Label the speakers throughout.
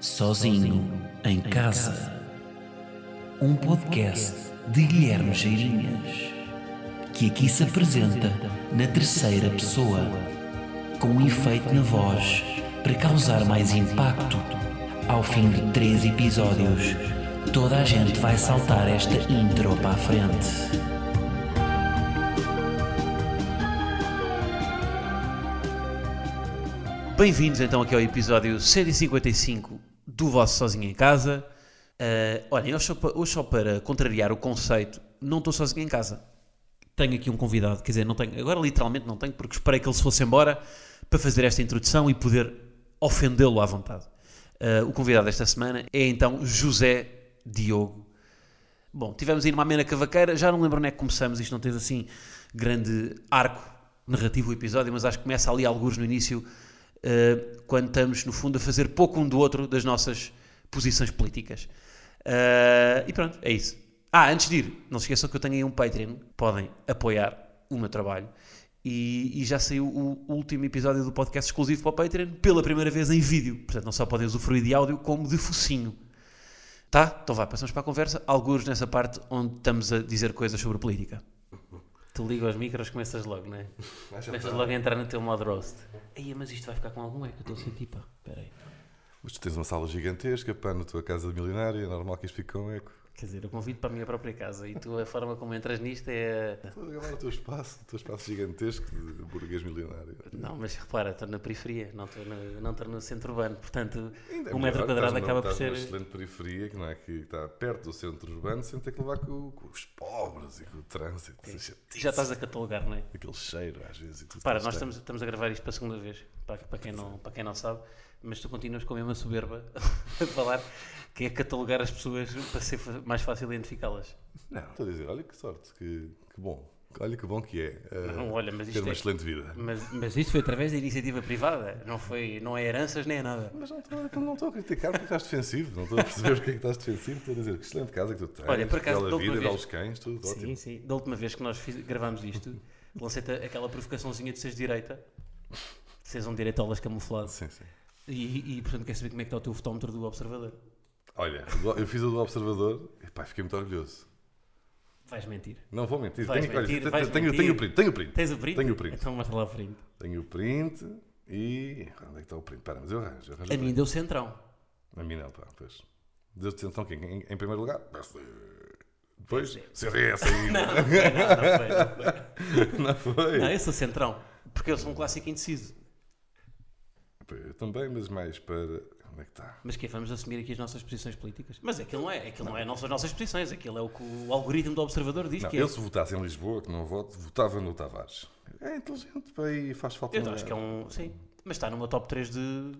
Speaker 1: Sozinho em Casa. Um podcast de Guilherme Geirinhas, que aqui se apresenta na terceira pessoa, com um efeito na voz para causar mais impacto. Ao fim de três episódios, toda a gente vai saltar esta intro para a frente.
Speaker 2: Bem-vindos então aqui ao episódio 155 do vosso Sozinho em Casa. Ah, olhem, hoje só, pa- hoje só para contrariar o conceito, não estou sozinho em casa. Tenho aqui um convidado, quer dizer, não tenho, agora literalmente não tenho, porque esperei que ele se fosse embora para fazer esta introdução e poder ofendê-lo à vontade. Ah, o convidado desta semana é então José Diogo. Bom, tivemos aí numa amena cavaqueira, já não lembro onde é que começamos, isto não teve assim grande arco narrativo o episódio, mas acho que começa ali alguns no início, eh, quando estamos, no fundo, a fazer pouco um do outro das nossas posições políticas. Eh, e pronto, é isso. Ah, antes de ir, não se esqueçam que eu tenho aí um Patreon, podem apoiar o meu trabalho. E, e já saiu o último episódio do podcast exclusivo para o Patreon, pela primeira vez em vídeo. Portanto, não só podem usufruir de áudio, como de focinho. Tá? Então vá, passamos para a conversa. Alguns nessa parte onde estamos a dizer coisas sobre política. Tu ligas aos micros, começas logo, não é? Começas logo a entrar no teu modo roast. Aí, mas isto vai ficar com algum eco, eu estou a sentir, pá. Espera aí.
Speaker 3: Mas tu tens uma sala gigantesca, pá, na tua casa milionária, é normal que isto fique com eco.
Speaker 2: Quer dizer, eu convido para a minha própria casa e tu, a forma como entras nisto é...
Speaker 3: Pô, Agora o teu espaço, o teu espaço gigantesco de burguês milionário.
Speaker 2: Não, mas repara, estou na periferia, não estou no, não estou no centro urbano, portanto,
Speaker 3: Ainda é
Speaker 2: um
Speaker 3: melhor,
Speaker 2: metro quadrado
Speaker 3: estás numa-
Speaker 2: acaba por
Speaker 3: estás
Speaker 2: ser...
Speaker 3: numa excelente periferia, que não é que está perto do centro urbano, sem ter que levar com, com os pobres e com o trânsito. essa chatice,
Speaker 2: Já estás a catalogar, não é?
Speaker 3: Aquele cheiro às vezes. E tudo
Speaker 2: Para,
Speaker 3: que
Speaker 2: nós
Speaker 3: eles têm.
Speaker 2: estamos, estamos a gravar isto para a segunda vez, para, para, quem não, para quem não sabe, mas tu continuas com a mesma soberba a falar que é catalogar as pessoas para ser fa- mais fácil identificá-las.
Speaker 3: Não, estou a dizer, olha que sorte, que, que bom. Olha que bom que é ah,
Speaker 2: Não, olha, mas
Speaker 3: ter
Speaker 2: isto
Speaker 3: uma
Speaker 2: é-
Speaker 3: excelente vida.
Speaker 2: Mas, mas isto foi através da iniciativa privada, não, foi, não é heranças nem é nada.
Speaker 3: Mas não estou, não estou a criticar porque estás defensivo, não estou a perceber porque é que estás defensivo, estou a dizer que excelente casa que tu tens,
Speaker 2: Olha, por acaso, da
Speaker 3: bela
Speaker 2: última
Speaker 3: vida,
Speaker 2: vez-
Speaker 3: belos cães, tudo ótimo.
Speaker 2: Sim, sim. Da última vez que nós fiz- gravámos isto, lancei-te aquela provocaçõezinha de seres direita, de seres um direitolas camuflado.
Speaker 3: Sim, sim.
Speaker 2: E, e, portanto, quer saber como é que está o teu fotómetro do observador?
Speaker 3: Olha, eu fiz o do Observador e pá, fiquei muito orgulhoso.
Speaker 2: Vais mentir.
Speaker 3: Não vou mentir.
Speaker 2: Vais
Speaker 3: tenho, olha,
Speaker 2: mentir,
Speaker 3: te-
Speaker 2: vais
Speaker 3: tenho,
Speaker 2: mentir.
Speaker 3: tenho o print, tenho o print.
Speaker 2: Tens o print?
Speaker 3: Tenho o print.
Speaker 2: Então mostra lá o print.
Speaker 3: Tenho o print e. Onde é que está o print? Pera, mas eu arranjo. eu arranjo
Speaker 2: A
Speaker 3: o
Speaker 2: mim
Speaker 3: print.
Speaker 2: deu centrão.
Speaker 3: A mim não, pá, pois. Deus de atenção, quem? Em, em primeiro lugar, PSD. Depois, CDS ainda.
Speaker 2: Não, não foi, não foi.
Speaker 3: Não foi?
Speaker 2: Não, eu sou centrão. Porque eu sou um clássico indeciso.
Speaker 3: Pá, Eu também, mas mais para. Onde é que está?
Speaker 2: Mas que Vamos assumir aqui as nossas posições políticas? Mas aquilo não é. Aquilo não, é, não são as nossas posições. Aquilo é o que o algoritmo do observador diz
Speaker 3: Não,
Speaker 2: que é.
Speaker 3: eu se votasse em Lisboa, que não voto, votava no Tavares. É inteligente, pá, e faz falta.
Speaker 2: Eu
Speaker 3: um
Speaker 2: acho que é um. Sim. Mas está no meu top 3 de.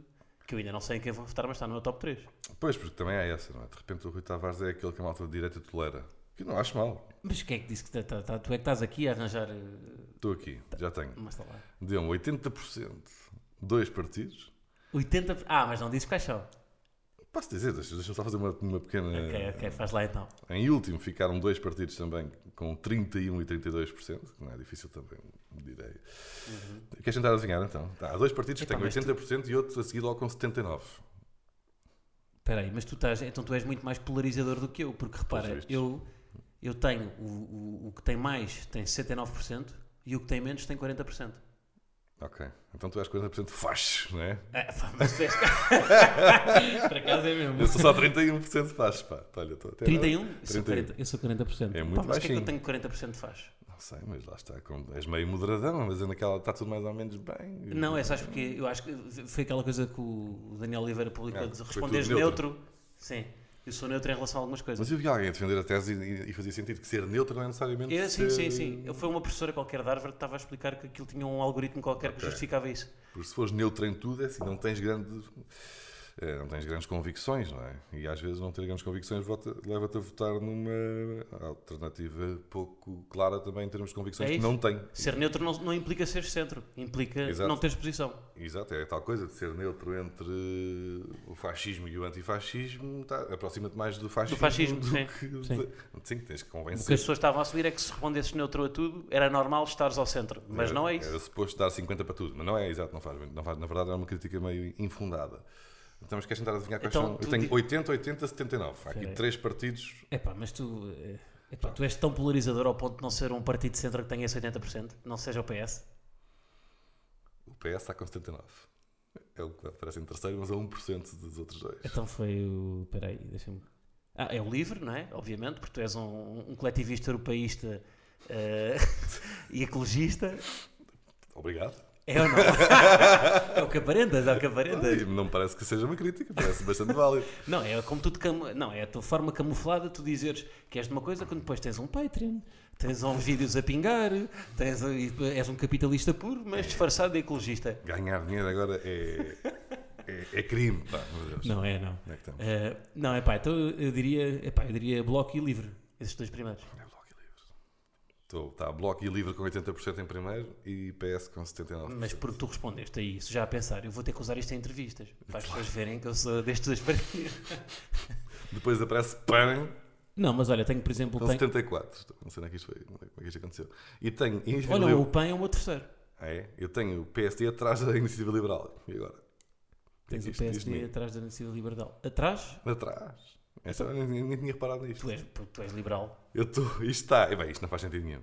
Speaker 2: Que eu ainda não sei em quem vou votar, mas está no meu top 3.
Speaker 3: Pois, porque também há essa, não é? De repente o Rui Tavares é aquele que a malta de direita tolera. Que não acho mal.
Speaker 2: Mas quem é que disse que tá- tá- tá- tu é que estás aqui a arranjar. eh,
Speaker 3: Estou aqui, já tenho.
Speaker 2: Mas está lá.
Speaker 3: Deu-me 80%, dois partidos.
Speaker 2: 80. Ah, mas não disse quais são.
Speaker 3: Posso dizer, deixa- deixa-me só fazer uma, uma pequena.
Speaker 2: Ok, ok, faz lá então.
Speaker 3: Em último ficaram dois partidos também com 31% e 32%, que não é difícil também, direi. Queres tentar adivinhar então? Tá, há dois partidos que
Speaker 2: Uhum. Epá,
Speaker 3: têm
Speaker 2: mas tu-
Speaker 3: 80% e outro a seguir logo com 79%.
Speaker 2: Espera aí, mas tu estás. Então tu és muito mais polarizador do que eu, porque repara,
Speaker 3: Pelos vistos.
Speaker 2: eu, eu tenho. O, o, o que tem mais tem 69% e o que tem menos tem 40%.
Speaker 3: Ok, então tu és 40% facho, não é?
Speaker 2: Ah, pá, mas tu és. Para casa é mesmo.
Speaker 3: Eu sou só 31% facho, pá. Olha, estou até
Speaker 2: 31? Eu sou 40%.
Speaker 3: 31.
Speaker 2: Eu sou 40%.
Speaker 3: É muito
Speaker 2: Pá, mas o que é que eu
Speaker 3: baixinho.
Speaker 2: tenho 40% de faz?
Speaker 3: Não sei, mas lá está. Com... És meio moderadão, mas é naquela está tudo mais ou menos bem.
Speaker 2: Não, é, sabes porque eu acho que foi aquela coisa que o Daniel Oliveira publicou
Speaker 3: Ah,
Speaker 2: de
Speaker 3: foi
Speaker 2: responderes
Speaker 3: tudo
Speaker 2: neutro.
Speaker 3: neutro.
Speaker 2: Sim, eu sou neutro em relação a algumas coisas.
Speaker 3: Mas eu vi alguém a defender a tese e, e fazia sentido que ser neutro não é necessariamente.
Speaker 2: Eu, sim,
Speaker 3: ser...
Speaker 2: sim, sim. Eu foi uma professora qualquer da Harvard que estava a explicar que aquilo tinha um algoritmo qualquer que
Speaker 3: Ok.
Speaker 2: justificava isso.
Speaker 3: Porque se fores neutro em tudo, é assim, não tens grande. eh, Não tens grandes convicções, não é? E às vezes não ter grandes convicções vota- leva-te a votar numa alternativa pouco clara também em termos de convicções
Speaker 2: É
Speaker 3: que
Speaker 2: isso.
Speaker 3: não tem.
Speaker 2: Ser neutro não, não implica ser centro, implica
Speaker 3: Exato.
Speaker 2: não teres posição.
Speaker 3: Exato, é a tal coisa de ser neutro entre o fascismo e o antifascismo, tá, aproxima-te mais do fascismo.
Speaker 2: fascismo,
Speaker 3: do
Speaker 2: sim.
Speaker 3: Que,
Speaker 2: Sim.
Speaker 3: Sim, tens que
Speaker 2: O que
Speaker 3: convencer.
Speaker 2: as pessoas estavam a assumir é que se respondesses neutro a tudo, era normal estares ao centro. Mas
Speaker 3: Era-
Speaker 2: não é isso.
Speaker 3: Era suposto dar 50 para tudo, mas não é, exato, não faz, não faz- na verdade é uma crítica meio infundada. Então, mas queres tentar adivinhar quais
Speaker 2: Então,
Speaker 3: são?
Speaker 2: tu
Speaker 3: Eu tenho
Speaker 2: di-
Speaker 3: 80, 80, 79. Há aqui
Speaker 2: Espera aí.
Speaker 3: três partidos.
Speaker 2: Epá, mas tu, eh, epá, tu és tão polarizador ao ponto de não ser um partido de centro que tenha esse 80%, não seja o PS.
Speaker 3: O PS está com 79. É o que aparece em terceiro, mas é a 1% dos outros dois.
Speaker 2: Então foi o. Peraí, deixa-me. Ah, é o livre, não é? Obviamente, porque tu és um, um coletivista europeísta eh, e ecologista.
Speaker 3: Obrigado.
Speaker 2: É ou não? é o que aparentas, é o que aparentas.
Speaker 3: E Não me parece que seja uma crítica, parece bastante válido.
Speaker 2: Não, é como tu te camu... Não, é a tua forma camuflada tu dizeres que és de uma coisa quando depois tens um Patreon, tens uns vídeos a pingar, tens... e és um capitalista puro, mas disfarçado de ecologista.
Speaker 3: Ganhar dinheiro agora é, é, é crime, pá, meu Deus.
Speaker 2: Não é, não.
Speaker 3: Onde é que estamos?
Speaker 2: Eh, não, é pá, então eu diria, epá, eu diria bloco e livre, esses dois primeiros.
Speaker 3: É bloco e livre. Estou, está bloco e livre com 80% em primeiro e PS com 79%.
Speaker 2: Mas porque tu respondeste a isso, já a pensar, eu vou ter que usar isto em entrevistas, para as pessoas verem que eu sou destes dois partidos.
Speaker 3: Depois aparece PAN
Speaker 2: Não, mas olha, tenho, por exemplo,
Speaker 3: com
Speaker 2: tenho...
Speaker 3: 74. Estou- Não sei onde é que isto foi, como é que isto aconteceu. E tenho.
Speaker 2: olha, o
Speaker 3: Iniciativa
Speaker 2: PAN é o meu terceiro.
Speaker 3: Ah, é? Eu tenho o PSD atrás da Iniciativa Liberal. E agora? é
Speaker 2: Tens o
Speaker 3: Isto diz-me.
Speaker 2: PSD atrás da Iniciativa Liberal. Atrás?
Speaker 3: Atrás. Essa, eu nem, nem tinha reparado nisto.
Speaker 2: Tu és, tu és liberal.
Speaker 3: Eu estou. Isto está. e Bem, isto não faz sentido nenhum.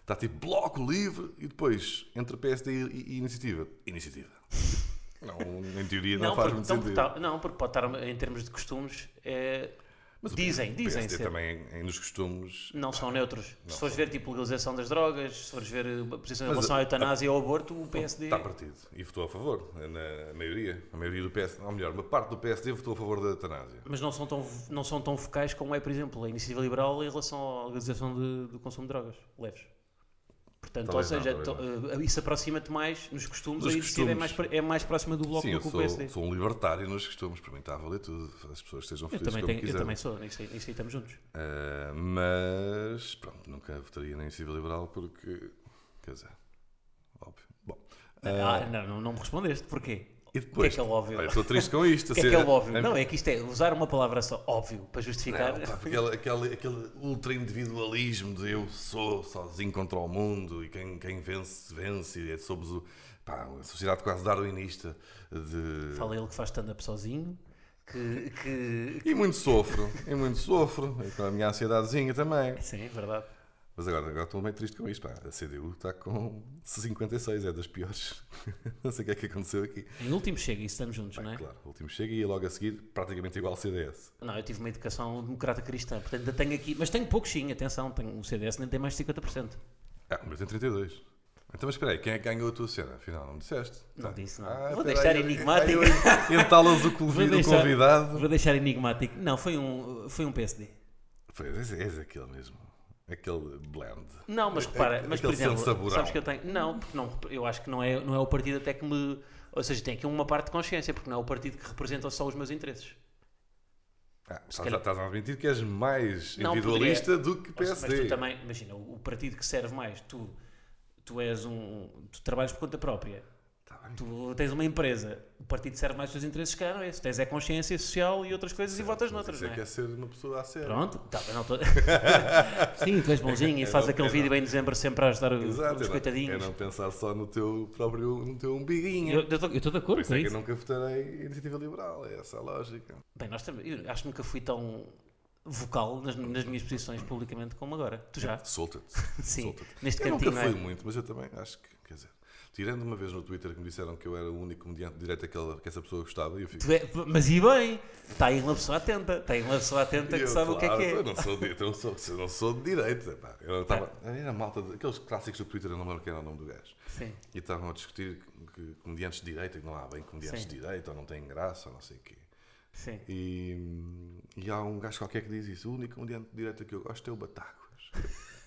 Speaker 3: Está tipo bloco livre e depois entre PSD e, e iniciativa. Iniciativa. Não, em teoria não, faz
Speaker 2: porque,
Speaker 3: muito
Speaker 2: então, porque
Speaker 3: sentido.
Speaker 2: tá- não, porque pode estar em termos de costumes. é, dizem,
Speaker 3: o
Speaker 2: dizem
Speaker 3: PSD
Speaker 2: ser.
Speaker 3: também em- nos costumes.
Speaker 2: Não são neutros. se fores ver tipo legalização das drogas, se fores ver eh, a posição em
Speaker 3: Mas
Speaker 2: relação
Speaker 3: tá, a-
Speaker 2: à eutanásia ou ao aborto, o PSD.
Speaker 3: Está partido. E votou a favor, na maioria. A maioria do PSD. Ou melhor, uma parte do PSD votou a favor da eutanásia.
Speaker 2: Mas não são, tão, não são tão focais como é, por exemplo, a iniciativa liberal em relação à legalização de- do consumo de drogas leves. Portanto,
Speaker 3: Talvez
Speaker 2: ou
Speaker 3: não,
Speaker 2: seja,
Speaker 3: talvez
Speaker 2: to- eh, isso aproxima-te mais nos costumes,
Speaker 3: Nos
Speaker 2: a iniciativa é
Speaker 3: costumes.
Speaker 2: mais, pr- é mais próxima do bloco
Speaker 3: Sim,
Speaker 2: do
Speaker 3: eu
Speaker 2: que o
Speaker 3: sou,
Speaker 2: PSD.
Speaker 3: sou um libertário nos costumes. Para mim está a valer tudo. As pessoas estejam
Speaker 2: eu,
Speaker 3: felizes
Speaker 2: também
Speaker 3: como
Speaker 2: tenho- eu
Speaker 3: quiserem.
Speaker 2: também sou, nisso aí, nisso aí estamos juntos.
Speaker 3: Ah, mas pronto, nunca votaria na Iniciativa Liberal porque. Quer dizer, óbvio. Bom. ah,
Speaker 2: Ah, não, não, não me respondeste. Porquê?
Speaker 3: e
Speaker 2: O que é
Speaker 3: depois.
Speaker 2: que é o óbvio?
Speaker 3: olha, estou triste com isto.
Speaker 2: O que é que é o óbvio?
Speaker 3: a-
Speaker 2: Não, é que isto é usar uma palavra só, óbvio, para justificar.
Speaker 3: Não, pá, porque ela- aquele, aquele ultra-individualismo de eu sou sozinho contra o mundo e quem, quem vence, vence. E é sobre o, pá, a sociedade quase darwinista. De...
Speaker 2: Fala ele que faz stand-up sozinho, que, que-
Speaker 3: E muito sofro, e muito sofro, e com a minha ansiedadezinha também.
Speaker 2: Sim, é verdade.
Speaker 3: Mas agora, agora estou meio triste com isto. Pá. A CDU está com 56, é das piores. não sei o que é que aconteceu aqui.
Speaker 2: Em último chega, isso estamos juntos, não é?
Speaker 3: Claro, o último chega e logo a seguir praticamente igual ao CDS.
Speaker 2: Não, eu tive uma educação democrata cristã, portanto ainda tenho aqui, mas tenho poucos sim, atenção, tenho, o CDS nem tem mais de 50%.
Speaker 3: Ah, o meu tem 32. Então, mas espera aí, quem é que ganhou a tua cena? Afinal, não me disseste?
Speaker 2: Não disse, não. Vou
Speaker 3: Ah, espera
Speaker 2: deixar
Speaker 3: aí,
Speaker 2: enigmático.
Speaker 3: aí eu- Entalas o
Speaker 2: Vou
Speaker 3: convido, o
Speaker 2: deixar-
Speaker 3: convidado.
Speaker 2: Vou deixar enigmático. Não, foi um, foi um PSD.
Speaker 3: Pois, és, és aquele mesmo. Aquele blend.
Speaker 2: Não, mas
Speaker 3: É-
Speaker 2: repara,
Speaker 3: é-
Speaker 2: mas por
Speaker 3: aquele sem
Speaker 2: exemplo,
Speaker 3: saborão.
Speaker 2: sabes que eu tenho. Não, porque não, eu acho que não é, não é o partido até que me. Ou seja, tem aqui uma parte de consciência, porque não é o partido que representa só os meus interesses.
Speaker 3: Ah, estás,
Speaker 2: calhar-
Speaker 3: estás a admitir que és mais
Speaker 2: Não,
Speaker 3: individualista do que
Speaker 2: Ou se- Mas
Speaker 3: PSD.
Speaker 2: tu também, imagina, o o partido que serve mais, tu, tu és um. Tu trabalhas por conta própria.
Speaker 3: Tá bem.
Speaker 2: Tu tens uma empresa, o partido que serve mais os teus interesses, cá não é esse. Tens é consciência social e outras coisas e votas
Speaker 3: Mas
Speaker 2: noutras,
Speaker 3: isso
Speaker 2: não
Speaker 3: é
Speaker 2: é?
Speaker 3: que é ser uma pessoa a sério.
Speaker 2: Pronto, tá, eu não tô... Sim, tu és bonzinho e faz
Speaker 3: não-
Speaker 2: aquele
Speaker 3: é
Speaker 2: vídeo em dezembro sempre a ajudar o-
Speaker 3: Exato,
Speaker 2: os
Speaker 3: é não-
Speaker 2: coitadinhos.
Speaker 3: É não pensar só no teu próprio no teu umbiguinho.
Speaker 2: Eu estou de
Speaker 3: Por
Speaker 2: acordo
Speaker 3: isso
Speaker 2: com
Speaker 3: é que
Speaker 2: isso.
Speaker 3: eu nunca votarei em iniciativa liberal, é essa a lógica.
Speaker 2: Bem, nós também, eu acho que nunca fui tão vocal nas, nas minhas posições publicamente como agora. Tu já?
Speaker 3: Solta-te.
Speaker 2: Sim.
Speaker 3: solta-te.
Speaker 2: Neste
Speaker 3: Eu nunca
Speaker 2: cantinho, não
Speaker 3: fui
Speaker 2: é?
Speaker 3: muito, mas eu também acho que, quer dizer, tirando uma vez no Twitter que me disseram que eu era o único comediante direto aquela que essa pessoa gostava, e eu fico.
Speaker 2: Tu é- Mas e bem, está aí uma pessoa atenta. Está aí uma pessoa atenta
Speaker 3: E
Speaker 2: que
Speaker 3: eu,
Speaker 2: sabe
Speaker 3: claro,
Speaker 2: o que é
Speaker 3: Eu
Speaker 2: que é.
Speaker 3: não sou de, eu não sou, eu não sou de direita. Pá. Eu estava. Era malta. de- aqueles clássicos do Twitter, eu não me lembro quem era o nome do gajo.
Speaker 2: É. Sim.
Speaker 3: E estavam a discutir que, que comediantes de direita, que não há bem comediantes
Speaker 2: Sim.
Speaker 3: de direita, ou não têm graça, ou não sei o quê.
Speaker 2: Sim.
Speaker 3: E, e há um gajo qualquer que diz isso: o único comediante de direita que eu gosto é o Batáguas.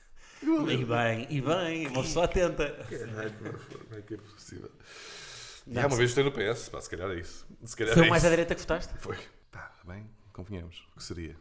Speaker 2: E bem, e bem, uma pessoa atenta.
Speaker 3: Caralho, Como é que é possível? E
Speaker 2: Não,
Speaker 3: há uma vez votei no PS, pá, se calhar é isso. Se calhar
Speaker 2: Foi
Speaker 3: é
Speaker 2: o mais à
Speaker 3: isso.
Speaker 2: direita que votaste?
Speaker 3: Foi. Pá, bem, convenhamos. O que seria?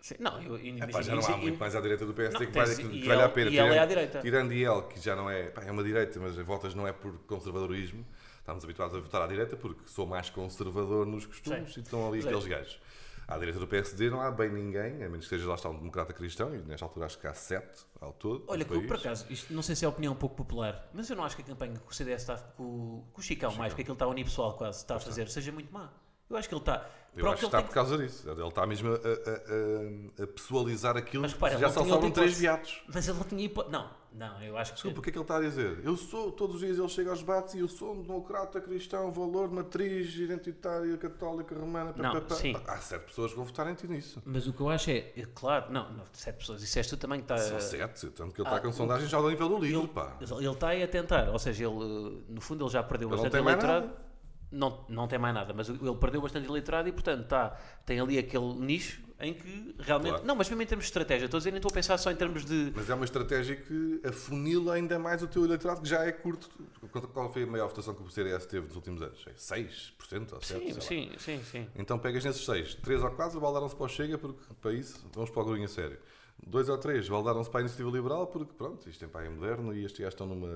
Speaker 2: Sim. Não, eu, eu,
Speaker 3: É Pá, já não há muito mais à direita do PS
Speaker 2: Não,
Speaker 3: que, vale,
Speaker 2: tens
Speaker 3: que, que
Speaker 2: IL,
Speaker 3: vale a pena.
Speaker 2: IL é à
Speaker 3: Tirando-
Speaker 2: direita.
Speaker 3: Tirando IEL, que já não é. Pá, é uma direita, mas votas não é por conservadorismo. Estamos habituados a votar à direita porque sou mais conservador nos costumes
Speaker 2: Sim.
Speaker 3: e estão ali
Speaker 2: Mas é.
Speaker 3: aqueles gajos. À direita do PSD não há bem ninguém, a menos que seja lá está um democrata cristão, e nesta altura acho que há sete ao todo.
Speaker 2: Olha,
Speaker 3: no
Speaker 2: que eu, por
Speaker 3: país.
Speaker 2: acaso, isto não sei se é opinião um pouco popular, mas eu não acho que a campanha que o CDS está, que o, que o Chicão, mais, que aquilo está unipessoal quase, está a fazer, seja muito má.
Speaker 4: Eu acho que ele está.
Speaker 3: Eu acho que está por causa disso. Ele está mesmo a, a- a- a pessoalizar aquilo. que já só sobram três viatos.
Speaker 4: Mas ele não tinha hipótese. Não, não, eu acho que.
Speaker 3: Desculpa, o que é que ele está a dizer? Eu sou, todos os dias ele chega aos debates e eu sou um democrata cristão, valor, matriz, identitária, católica, romana. pá,
Speaker 4: Não,
Speaker 3: pá, pá.
Speaker 4: sim.
Speaker 3: Há sete pessoas que vão votar em ti nisso.
Speaker 4: Mas o que eu acho é. é Claro, não, não sete pessoas. Isso és tu também que tá, está.
Speaker 3: São sete, tanto
Speaker 4: ah,
Speaker 3: que ele está com sondagens já ao nível do livro, pá.
Speaker 4: Ele está aí a tentar. Ou seja, ele, no fundo, ele já perdeu
Speaker 3: Ele não
Speaker 4: bastante
Speaker 3: tem mais
Speaker 4: eleitorado. Não, não tem mais nada, mas ele perdeu bastante eleitorado e, portanto, está, tem ali aquele nicho em que realmente.
Speaker 3: Claro.
Speaker 4: Não, mas mesmo em termos de estratégia, estou a dizer, nem estou a pensar só em termos de.
Speaker 3: Mas é uma estratégia que afunila ainda mais o teu eleitorado, que já é curto. Quanto- Qual foi a maior votação que o CDS teve nos últimos anos? É 6% ou 7%? sei
Speaker 4: Sim,
Speaker 3: lá.
Speaker 4: sim, sim, sim.
Speaker 3: Então pegas nesses seis, três ou quatro baldaram-se para o Chega, porque para isso vamos para o Grunha sério. Dois ou três baldaram-se para a Iniciativa Liberal, porque pronto, isto é para aí moderno e estes gajos estão numa,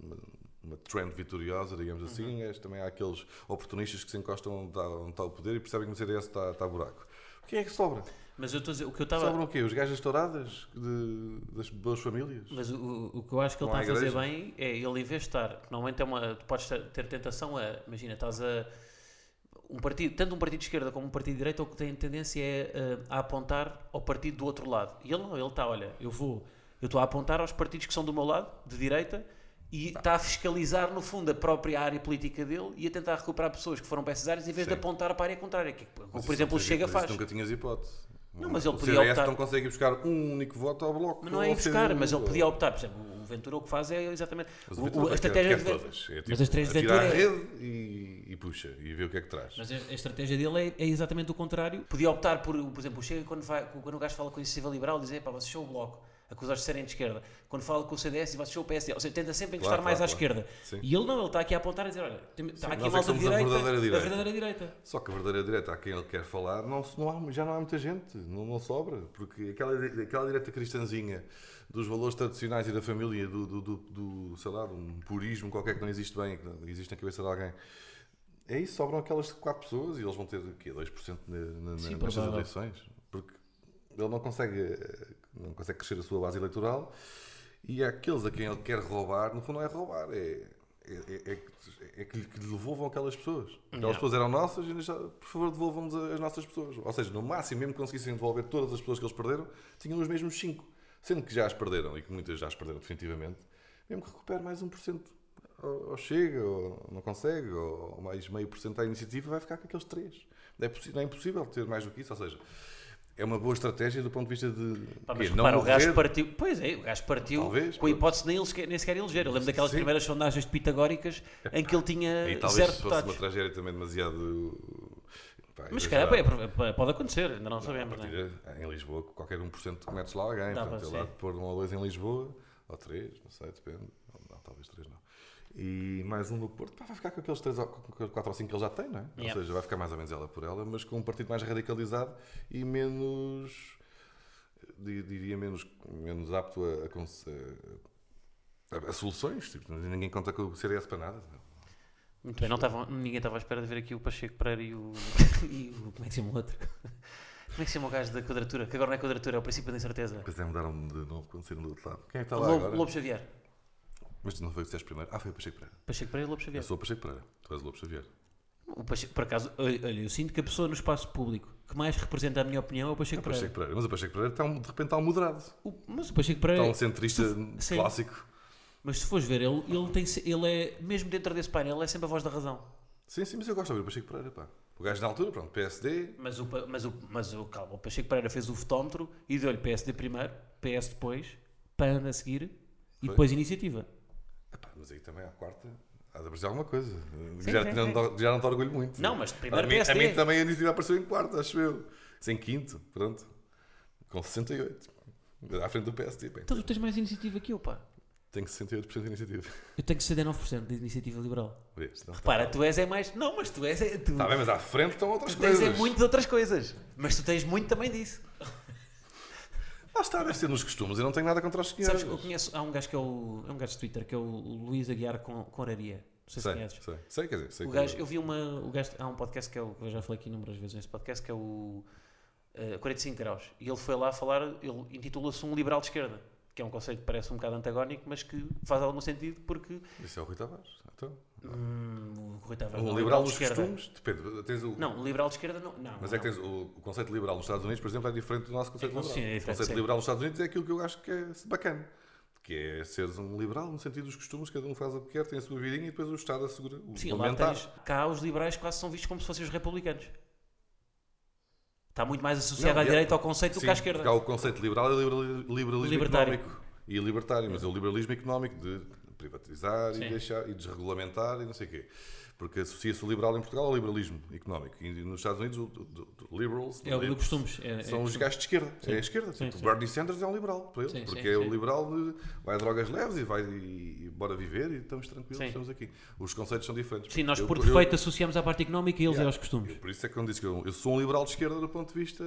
Speaker 3: numa, numa trend vitoriosa, digamos assim.
Speaker 4: Uhum.
Speaker 3: Gajos Também há aqueles oportunistas que se encostam onde está, onde está o poder e percebem que o CDS está, está a tá, buraco. O que é que sobra?
Speaker 4: Mas eu estou a dizer, o que eu estava.
Speaker 3: Sobram o quê? Os gajos touradas de- das boas famílias?
Speaker 4: Mas o- o, o que eu acho que ele
Speaker 3: Não
Speaker 4: está
Speaker 3: há
Speaker 4: a fazer
Speaker 3: igreja.
Speaker 4: bem é ele, em vez de estar, que normalmente é uma, tu podes ter- ter tentação a, imagina, estás a. Um partido, tanto um partido de esquerda como um partido de direita, o que tem tendência é eh, a apontar ao partido do outro lado. E ele não, ele está, olha, eu vou, eu estou a apontar aos partidos que são do meu lado, de direita, e
Speaker 3: Tá.
Speaker 4: está a fiscalizar, no fundo, a própria área política dele e a tentar recuperar pessoas que foram para essas áreas em vez de
Speaker 3: Sim.
Speaker 4: apontar para a área contrária. Que, como,
Speaker 3: Mas
Speaker 4: por
Speaker 3: isso
Speaker 4: exemplo, o
Speaker 3: nunca-
Speaker 4: Chega
Speaker 3: mas
Speaker 4: faz.
Speaker 3: Isso nunca tinhas hipótese.
Speaker 4: Não, mas ele
Speaker 3: o
Speaker 4: podia
Speaker 3: CDS
Speaker 4: optar-
Speaker 3: não consegue ir buscar um único voto ao bloco.
Speaker 4: Mas não é
Speaker 3: ao
Speaker 4: ir buscar,
Speaker 3: CDU,
Speaker 4: mas ele
Speaker 3: ao-
Speaker 4: podia optar. Por exemplo, o Ventura o que faz é exatamente.
Speaker 3: Mas
Speaker 4: o-
Speaker 3: o
Speaker 4: o-
Speaker 3: Ventura
Speaker 4: a
Speaker 3: quer-
Speaker 4: estratégia
Speaker 3: quer
Speaker 4: de Ven-
Speaker 3: todas. É
Speaker 4: as três de
Speaker 3: atirar
Speaker 4: Ventura
Speaker 3: a
Speaker 4: é-
Speaker 3: rede e, e puxa, e vê o que é que traz.
Speaker 4: Mas a, a estratégia dele é, é exatamente o contrário. Podia optar por, por exemplo, o Chega, quando, vai, quando o gajo fala com a iniciativa liberal, dizer, pá, vocês são o bloco, acusar de serem de esquerda. Quando fala com o CDS, vocês são o PSD. Ou seja, tenta sempre encostar
Speaker 3: Claro,
Speaker 4: mais
Speaker 3: claro,
Speaker 4: à
Speaker 3: claro.
Speaker 4: esquerda.
Speaker 3: Sim.
Speaker 4: E ele não, ele está aqui a apontar e dizer, olha, tem- está
Speaker 3: nós
Speaker 4: aqui
Speaker 3: é
Speaker 4: a
Speaker 3: que
Speaker 4: malta de
Speaker 3: somos a
Speaker 4: direita,
Speaker 3: verdadeira direita.
Speaker 4: a verdadeira direita.
Speaker 3: Só que a verdadeira direita a quem ele quer falar não, se- não há- já não há muita gente, não, não sobra, porque aquela, aquela direita cristãzinha dos valores tradicionais e da família, do, do, do, do, sei lá, de um purismo qualquer que não existe bem, que não existe na cabeça de alguém. É isso, sobram aquelas quatro pessoas e eles vão ter o quê? 2% na, na,
Speaker 4: Sim,
Speaker 3: nas
Speaker 4: provável.
Speaker 3: eleições. Porque ele não consegue, eh, não consegue crescer a sua base eleitoral e aqueles a quem ele quer roubar, no fundo não é roubar, é, é, é- é que- é que, lhe- que lhe devolvam aquelas pessoas. Aquelas pessoas eram nossas e ainda já- por favor devolvam-nos a- as nossas pessoas. Ou seja, no máximo, mesmo que conseguissem devolver todas as pessoas que eles perderam, tinham os mesmos 5. Sendo que já as perderam e que muitas já as perderam definitivamente, mesmo que recupere mais 1%. Ou ou chega, ou não consegue, ou mais meio por cento à iniciativa, vai ficar com aqueles três. Não é, possi- não é impossível ter mais do que isso. Ou seja, é uma boa estratégia do ponto de vista de.
Speaker 4: Pá,
Speaker 3: quê?
Speaker 4: mas repara, o gajo
Speaker 3: morrer?
Speaker 4: partiu. Pois é, o gajo partiu
Speaker 3: Talvez,
Speaker 4: com a
Speaker 3: pronto.
Speaker 4: hipótese de nem, ele sequer- nem sequer eleger. Eu lembro daquelas
Speaker 3: Sim.
Speaker 4: primeiras sondagens pitagóricas em que ele tinha
Speaker 3: E talvez
Speaker 4: Eh, zero
Speaker 3: se fosse uma
Speaker 4: deputados.
Speaker 3: tragédia também demasiado. Pá,
Speaker 4: Mas se calhar
Speaker 3: exagerada.
Speaker 4: pá, é prova- pode acontecer, ainda não
Speaker 3: A
Speaker 4: sabemos. não é?
Speaker 3: partir em Lisboa, qualquer 1% comete lá alguém.
Speaker 4: Dá
Speaker 3: Portanto,
Speaker 4: para
Speaker 3: ele há
Speaker 4: ser.
Speaker 3: de pôr um ou dois em Lisboa, ou três, não sei, depende. Ou Não, talvez três não. E mais um no Porto, pá, vai ficar com aqueles três ou- com aqueles quatro ou cinco que ele já tem, não é?
Speaker 4: Yeah.
Speaker 3: Ou seja, vai ficar mais ou menos ela por ela, mas com um partido mais radicalizado e menos. di- diria menos, menos apto a, a conce- a- a soluções. Tipo, ninguém conta com o CDS para nada.
Speaker 4: Muito bem, não estavam- ninguém estava à espera de ver aqui o Pacheco Pereira e o. e o como é que se chama o outro? Como é que se chama o gajo da quadratura? Que agora não é quadratura, é o princípio da incerteza.
Speaker 3: Depois é mudaram de novo quando saíram do outro lado. Quem é que está lá
Speaker 4: Lobo,
Speaker 3: agora?
Speaker 4: Lobo Xavier.
Speaker 3: Mas tu não foi o que disseste primeiro? Ah, foi o Pacheco Pereira.
Speaker 4: Pacheco Pereira e Lobo
Speaker 3: Eu
Speaker 4: Xavier.
Speaker 3: sou o Pacheco Pereira. Tu és o Lobo Xavier.
Speaker 4: O Pacheco, por acaso, olha, olha, eu sinto que a pessoa no espaço público que mais representa a minha opinião é o Pacheco
Speaker 3: O Pacheco
Speaker 4: Pereira.
Speaker 3: Pereira. Mas o Pacheco Pereira está um- de repente está um moderado.
Speaker 4: O- mas o Pacheco
Speaker 3: Está
Speaker 4: Pereira.
Speaker 3: um centrista
Speaker 4: É. Sim.
Speaker 3: clássico.
Speaker 4: Mas se fores ver, ele, ele, tem, se- ele é, mesmo dentro desse painel, ele é sempre a voz da razão.
Speaker 3: Sim, sim, mas eu gosto de ouvir o Pacheco Pereira, pá. O gajo na altura, pronto, PSD.
Speaker 4: Mas o, Pa- mas o, mas o, calma, o Pacheco Pereira fez o fotómetro e deu-lhe PSD primeiro, PS depois, PAN a seguir e depois iniciativa.
Speaker 3: Epá, mas aí também à quarta há de aparecer alguma coisa.
Speaker 4: Sim,
Speaker 3: já,
Speaker 4: sim,
Speaker 3: não
Speaker 4: sim.
Speaker 3: dou- já não te orgulho muito. Ah,
Speaker 4: Não, mas de primeiro
Speaker 3: a mim,
Speaker 4: PSD.
Speaker 3: A mim também a iniciativa apareceu em quarto, acho eu. Sem quinto, pronto. Com 68. À frente do PSD, bem.
Speaker 4: Então tu tens mais iniciativa que eu, pá.
Speaker 3: Tenho 68% de iniciativa.
Speaker 4: Eu tenho 69% de iniciativa liberal.
Speaker 3: Vês, não?
Speaker 4: Repara, tu és é mais. Não, mas tu és é. Tu,
Speaker 3: Está bem, mas à frente estão outras
Speaker 4: tu tens
Speaker 3: coisas.
Speaker 4: é muito de outras coisas. Mas tu tens muito também disso.
Speaker 3: Lá está, deve ser nos costumes. Eu não tenho nada contra os senhores.
Speaker 4: Sabes que eu conheço. Há um gajo que é o. É um gajo de Twitter que é o Luís Aguiar com Coraria. Não sei se
Speaker 3: sei,
Speaker 4: conheces.
Speaker 3: sei, sei, quer dizer, sei
Speaker 4: O
Speaker 3: que-
Speaker 4: gajo, eu vi uma. O gajo, há um podcast que é o. que Eu já falei aqui inúmeras vezes neste podcast que é o. eh, 45 graus. E ele foi lá falar. Ele intitula-se um liberal de esquerda. Que é um conceito que parece um bocado antagónico, mas que faz algum sentido porque
Speaker 3: Isso é o Rui Tavares. Então,
Speaker 4: Hum, o Rui Tavares
Speaker 3: O
Speaker 4: não,
Speaker 3: liberal
Speaker 4: de
Speaker 3: dos
Speaker 4: esquerda.
Speaker 3: costumes, depende. Tens o,
Speaker 4: Não, liberal de esquerda não. não
Speaker 3: Mas é que
Speaker 4: não.
Speaker 3: tens o, o conceito liberal nos Estados Unidos, por exemplo, é diferente do nosso conceito
Speaker 4: É,
Speaker 3: liberal.
Speaker 4: sim, é
Speaker 3: o
Speaker 4: diferente,
Speaker 3: conceito
Speaker 4: sim.
Speaker 3: liberal nos Estados Unidos é aquilo que eu acho que é bacana. Que é seres um liberal no sentido dos costumes, cada um faz o que quer, tem a sua vidinha e depois o Estado assegura o
Speaker 4: Sim, lá
Speaker 3: parlamentar.
Speaker 4: tens, cá os liberais quase são vistos como se fossem os republicanos. Está muito mais associado
Speaker 3: Não,
Speaker 4: à
Speaker 3: e-
Speaker 4: direita ao conceito do que
Speaker 3: Sim,
Speaker 4: é à esquerda.
Speaker 3: porque há o conceito liberal e liberal, liberalismo
Speaker 4: Libertário.
Speaker 3: económico. E libertário, mas é o liberalismo económico de privatizar
Speaker 4: Sim.
Speaker 3: e deixar e desregulamentar e não sei o quê. Porque associa-se o liberal em Portugal ao liberalismo económico. E nos Estados Unidos, o, o, o liberals
Speaker 4: É o
Speaker 3: liberals,
Speaker 4: do costumes. É, é
Speaker 3: são
Speaker 4: costumes.
Speaker 3: os gajos de esquerda. É a esquerda.
Speaker 4: Sim,
Speaker 3: Tipo,
Speaker 4: sim.
Speaker 3: Bernie Sanders é um liberal para ele,
Speaker 4: Sim,
Speaker 3: porque
Speaker 4: sim,
Speaker 3: é o
Speaker 4: sim.
Speaker 3: liberal de vai a drogas leves e vai e, e bora viver e estamos tranquilos,
Speaker 4: Sim.
Speaker 3: estamos aqui. Os conceitos são diferentes.
Speaker 4: Sim, nós
Speaker 3: Eu-
Speaker 4: por
Speaker 3: eu-
Speaker 4: defeito associamos à parte económica e eles
Speaker 3: Yeah.
Speaker 4: é aos costumes.
Speaker 3: eu- por isso é que eu disse que eu, eu sou um liberal de esquerda do ponto de vista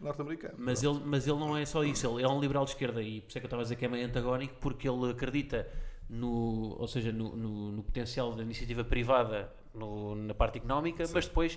Speaker 3: norte-americano.
Speaker 4: Mas ele, mas ele não é só isso, ele é um liberal de esquerda e por isso é que eu estava a dizer que é meio antagónico porque ele acredita no, ou seja, no, no- no potencial da iniciativa privada no- na parte económica, mas depois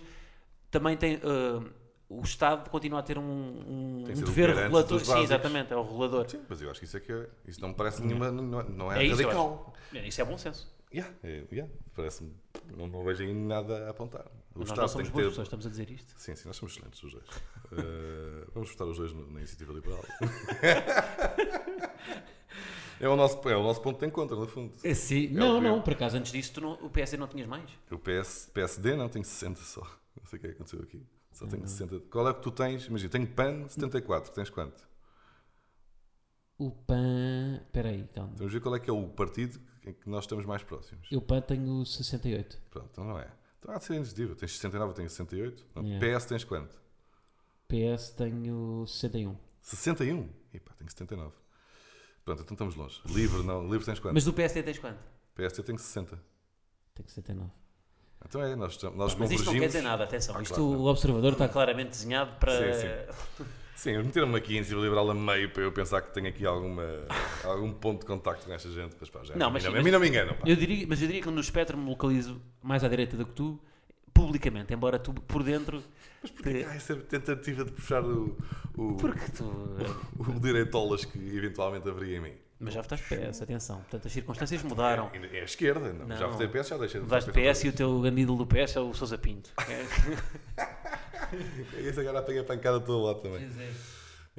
Speaker 4: também tem eh, o Estado continua a ter um, um- um
Speaker 3: Tem que ser o
Speaker 4: dever
Speaker 3: garante
Speaker 4: regulador.
Speaker 3: dos
Speaker 4: Sim,
Speaker 3: básicos.
Speaker 4: exatamente, é o regulador.
Speaker 3: Sim, mas eu acho que isso é que é. Isso não me parece nenhuma. Não, é- não é,
Speaker 4: É isso, eu
Speaker 3: radical.
Speaker 4: É, Isso é bom senso.
Speaker 3: Yeah, é, yeah, Parece-me. Não, não vejo aí nada a apontar. O
Speaker 4: Nós não
Speaker 3: Estado tem
Speaker 4: somos
Speaker 3: que
Speaker 4: boas
Speaker 3: ter.
Speaker 4: pessoas, estamos a dizer isto.
Speaker 3: Sim, sim, nós somos excelentes os dois. Eh, vamos votar os dois no- na iniciativa liberal. é, o nosso, é o nosso ponto de encontro, no fundo.
Speaker 4: Não,
Speaker 3: o
Speaker 4: não,
Speaker 3: primeiro.
Speaker 4: por acaso antes disso tu não- o PSD não tinhas mais.
Speaker 3: O PS, PSD não tem 60 só. Não sei o que é que aconteceu aqui. Só
Speaker 4: Uhum.
Speaker 3: tenho 60. Qual é o que tu tens? Imagina, tenho PAN 74. Tens quanto?
Speaker 4: O PAN. Espera aí, calma.
Speaker 3: Vamos ver qual é que é o partido em que nós estamos mais próximos.
Speaker 4: Eu PAN tenho 68.
Speaker 3: Pronto, então não é. Então há de ser indesistível. Tens 69, eu tenho 68. Não,
Speaker 4: Yeah.
Speaker 3: PS tens quanto?
Speaker 4: PS tenho 61.
Speaker 3: 61? Epá, tenho 79. Pronto, então estamos longe. Livre não. Livre tens quanto?
Speaker 4: Mas do PSD tens quanto?
Speaker 3: PS eu tenho 60.
Speaker 4: Tenho 69.
Speaker 3: Então é, nós, estamos- nós
Speaker 4: Mas isto não quer dizer
Speaker 3: convergimos.
Speaker 4: nada, atenção.
Speaker 3: Ah,
Speaker 4: isto
Speaker 3: claro,
Speaker 4: o observador está claramente desenhado para.
Speaker 3: Sim, Sim, meteram-me aqui em Iniciativa Liberal a meio para eu pensar que tenho aqui alguma, algum ponto de contacto com esta gente. Mas pá, já,
Speaker 4: Não,
Speaker 3: a, mim
Speaker 4: mas
Speaker 3: não,
Speaker 4: sim,
Speaker 3: a
Speaker 4: mas-
Speaker 3: mim não me enganam. Pá.
Speaker 4: Eu diria, mas eu diria que no espectro me localizo mais à direita do que tu, publicamente, embora tu por dentro. Mas
Speaker 3: Porque há essa é tentativa de puxar o, o,
Speaker 4: Porque tu.
Speaker 3: o direitolas que eventualmente haveria em mim.
Speaker 4: Mas já votaste PS, atenção. Portanto, as circunstâncias mudaram.
Speaker 3: É, é a esquerda, não.
Speaker 4: Não.
Speaker 3: Já votei PS, já deixei de votar
Speaker 4: Mudaste de
Speaker 3: PS outra
Speaker 4: PS e o teu grande ídolo do PS é o Sousa Pinto.
Speaker 3: Esse agora apanha a pancada de todo lado também.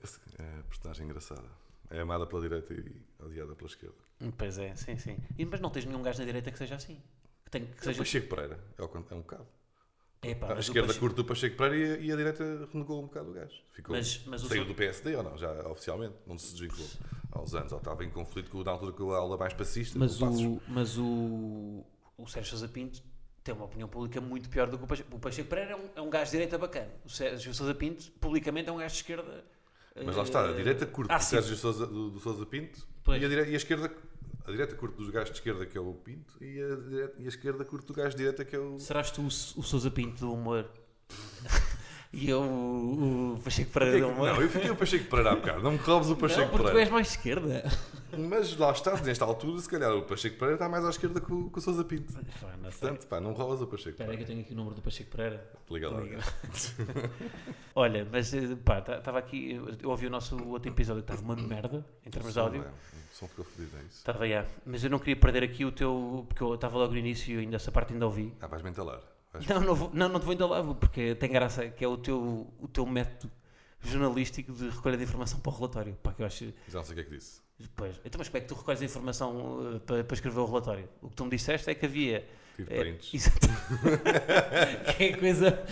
Speaker 3: Esse é personagem engraçada. É amada pela direita e odiada pela esquerda.
Speaker 4: pois é, sim, sim. E, mas não tens nenhum gajo na direita que seja assim. Que, tenha- que
Speaker 3: É o
Speaker 4: seja.
Speaker 3: Pacheco Pereira. É, o, é um bocado.
Speaker 4: Epá,
Speaker 3: a
Speaker 4: mas o
Speaker 3: esquerda
Speaker 4: Pacheco-
Speaker 3: curte o Pacheco Pereira e, e a direita renegou um bocado o gajo. Ficou,
Speaker 4: Mas- mas o
Speaker 3: saiu
Speaker 4: seu-
Speaker 3: do PSD ou não? Já oficialmente? Não se desvinculou há uns anos. Ou estava em conflito com, na altura com a aula mais passista.
Speaker 4: Mas
Speaker 3: com Passos.
Speaker 4: o, mas o, o Sérgio Sousa Pinto tem uma opinião pública muito pior do que o Pacheco. O Pacheco Pereira é um, é um gajo de direita bacana. O Sérgio Sousa Pinto, publicamente, é um gajo de esquerda.
Speaker 3: Mas lá está, a
Speaker 4: eh,
Speaker 3: direita curte
Speaker 4: ah,
Speaker 3: do
Speaker 4: sim.
Speaker 3: Sérgio Sousa, do, do Sousa Pinto
Speaker 4: Pois.
Speaker 3: e a, dire- e a esquerda. A direita curte dos gajos de esquerda, que é o Pinto, e a, dire- e a esquerda curte do gajo de direita, que é o.
Speaker 4: Serás tu o, S- o Sousa Pinto do humor? e eu o, o Pacheco
Speaker 3: Fiquei-
Speaker 4: Pereira do humor?
Speaker 3: É Não, eu fiquei o Pacheco Pereira há bocado. Não me roubes o
Speaker 4: Não,
Speaker 3: Pacheco
Speaker 4: porque tu
Speaker 3: Pereira.
Speaker 4: és mais de esquerda.
Speaker 3: Mas lá está, nesta altura, se calhar o Pacheco Pereira está mais à esquerda que o, que o Sousa Pinto.
Speaker 4: Pá, não sei.
Speaker 3: Portanto, pá, não roubas o Pacheco
Speaker 4: Espera aí que eu
Speaker 3: Pereira.
Speaker 4: tenho aqui o número do Pacheco Pereira.
Speaker 3: Liga lá. é,
Speaker 4: Liga. Olha, mas eh, pá, estava aqui, eu- eu ouvi o nosso outro episódio que estava uma merda em termos de áudio.
Speaker 3: Não, é, O som ficou fodido, é isso.
Speaker 4: Estava, já. Mas eu não queria perder aqui o teu. Porque eu estava logo no início e ainda essa parte ainda ouvi.
Speaker 3: Ah, vais mentalar. Vais...
Speaker 4: Não, não, vou, não, não te vou ainda lá, vou, porque tem graça, que é o teu, o teu método jornalístico de recolha de informação para o relatório. Pá, que eu acho.
Speaker 3: Já não sei o que é que disse.
Speaker 4: Pois. Então, mas como é que tu recolhes a informação eh, para, para escrever o relatório? O que tu me disseste é que havia.
Speaker 3: Tiro
Speaker 4: eh,
Speaker 3: prints.
Speaker 4: exato. que é coisa.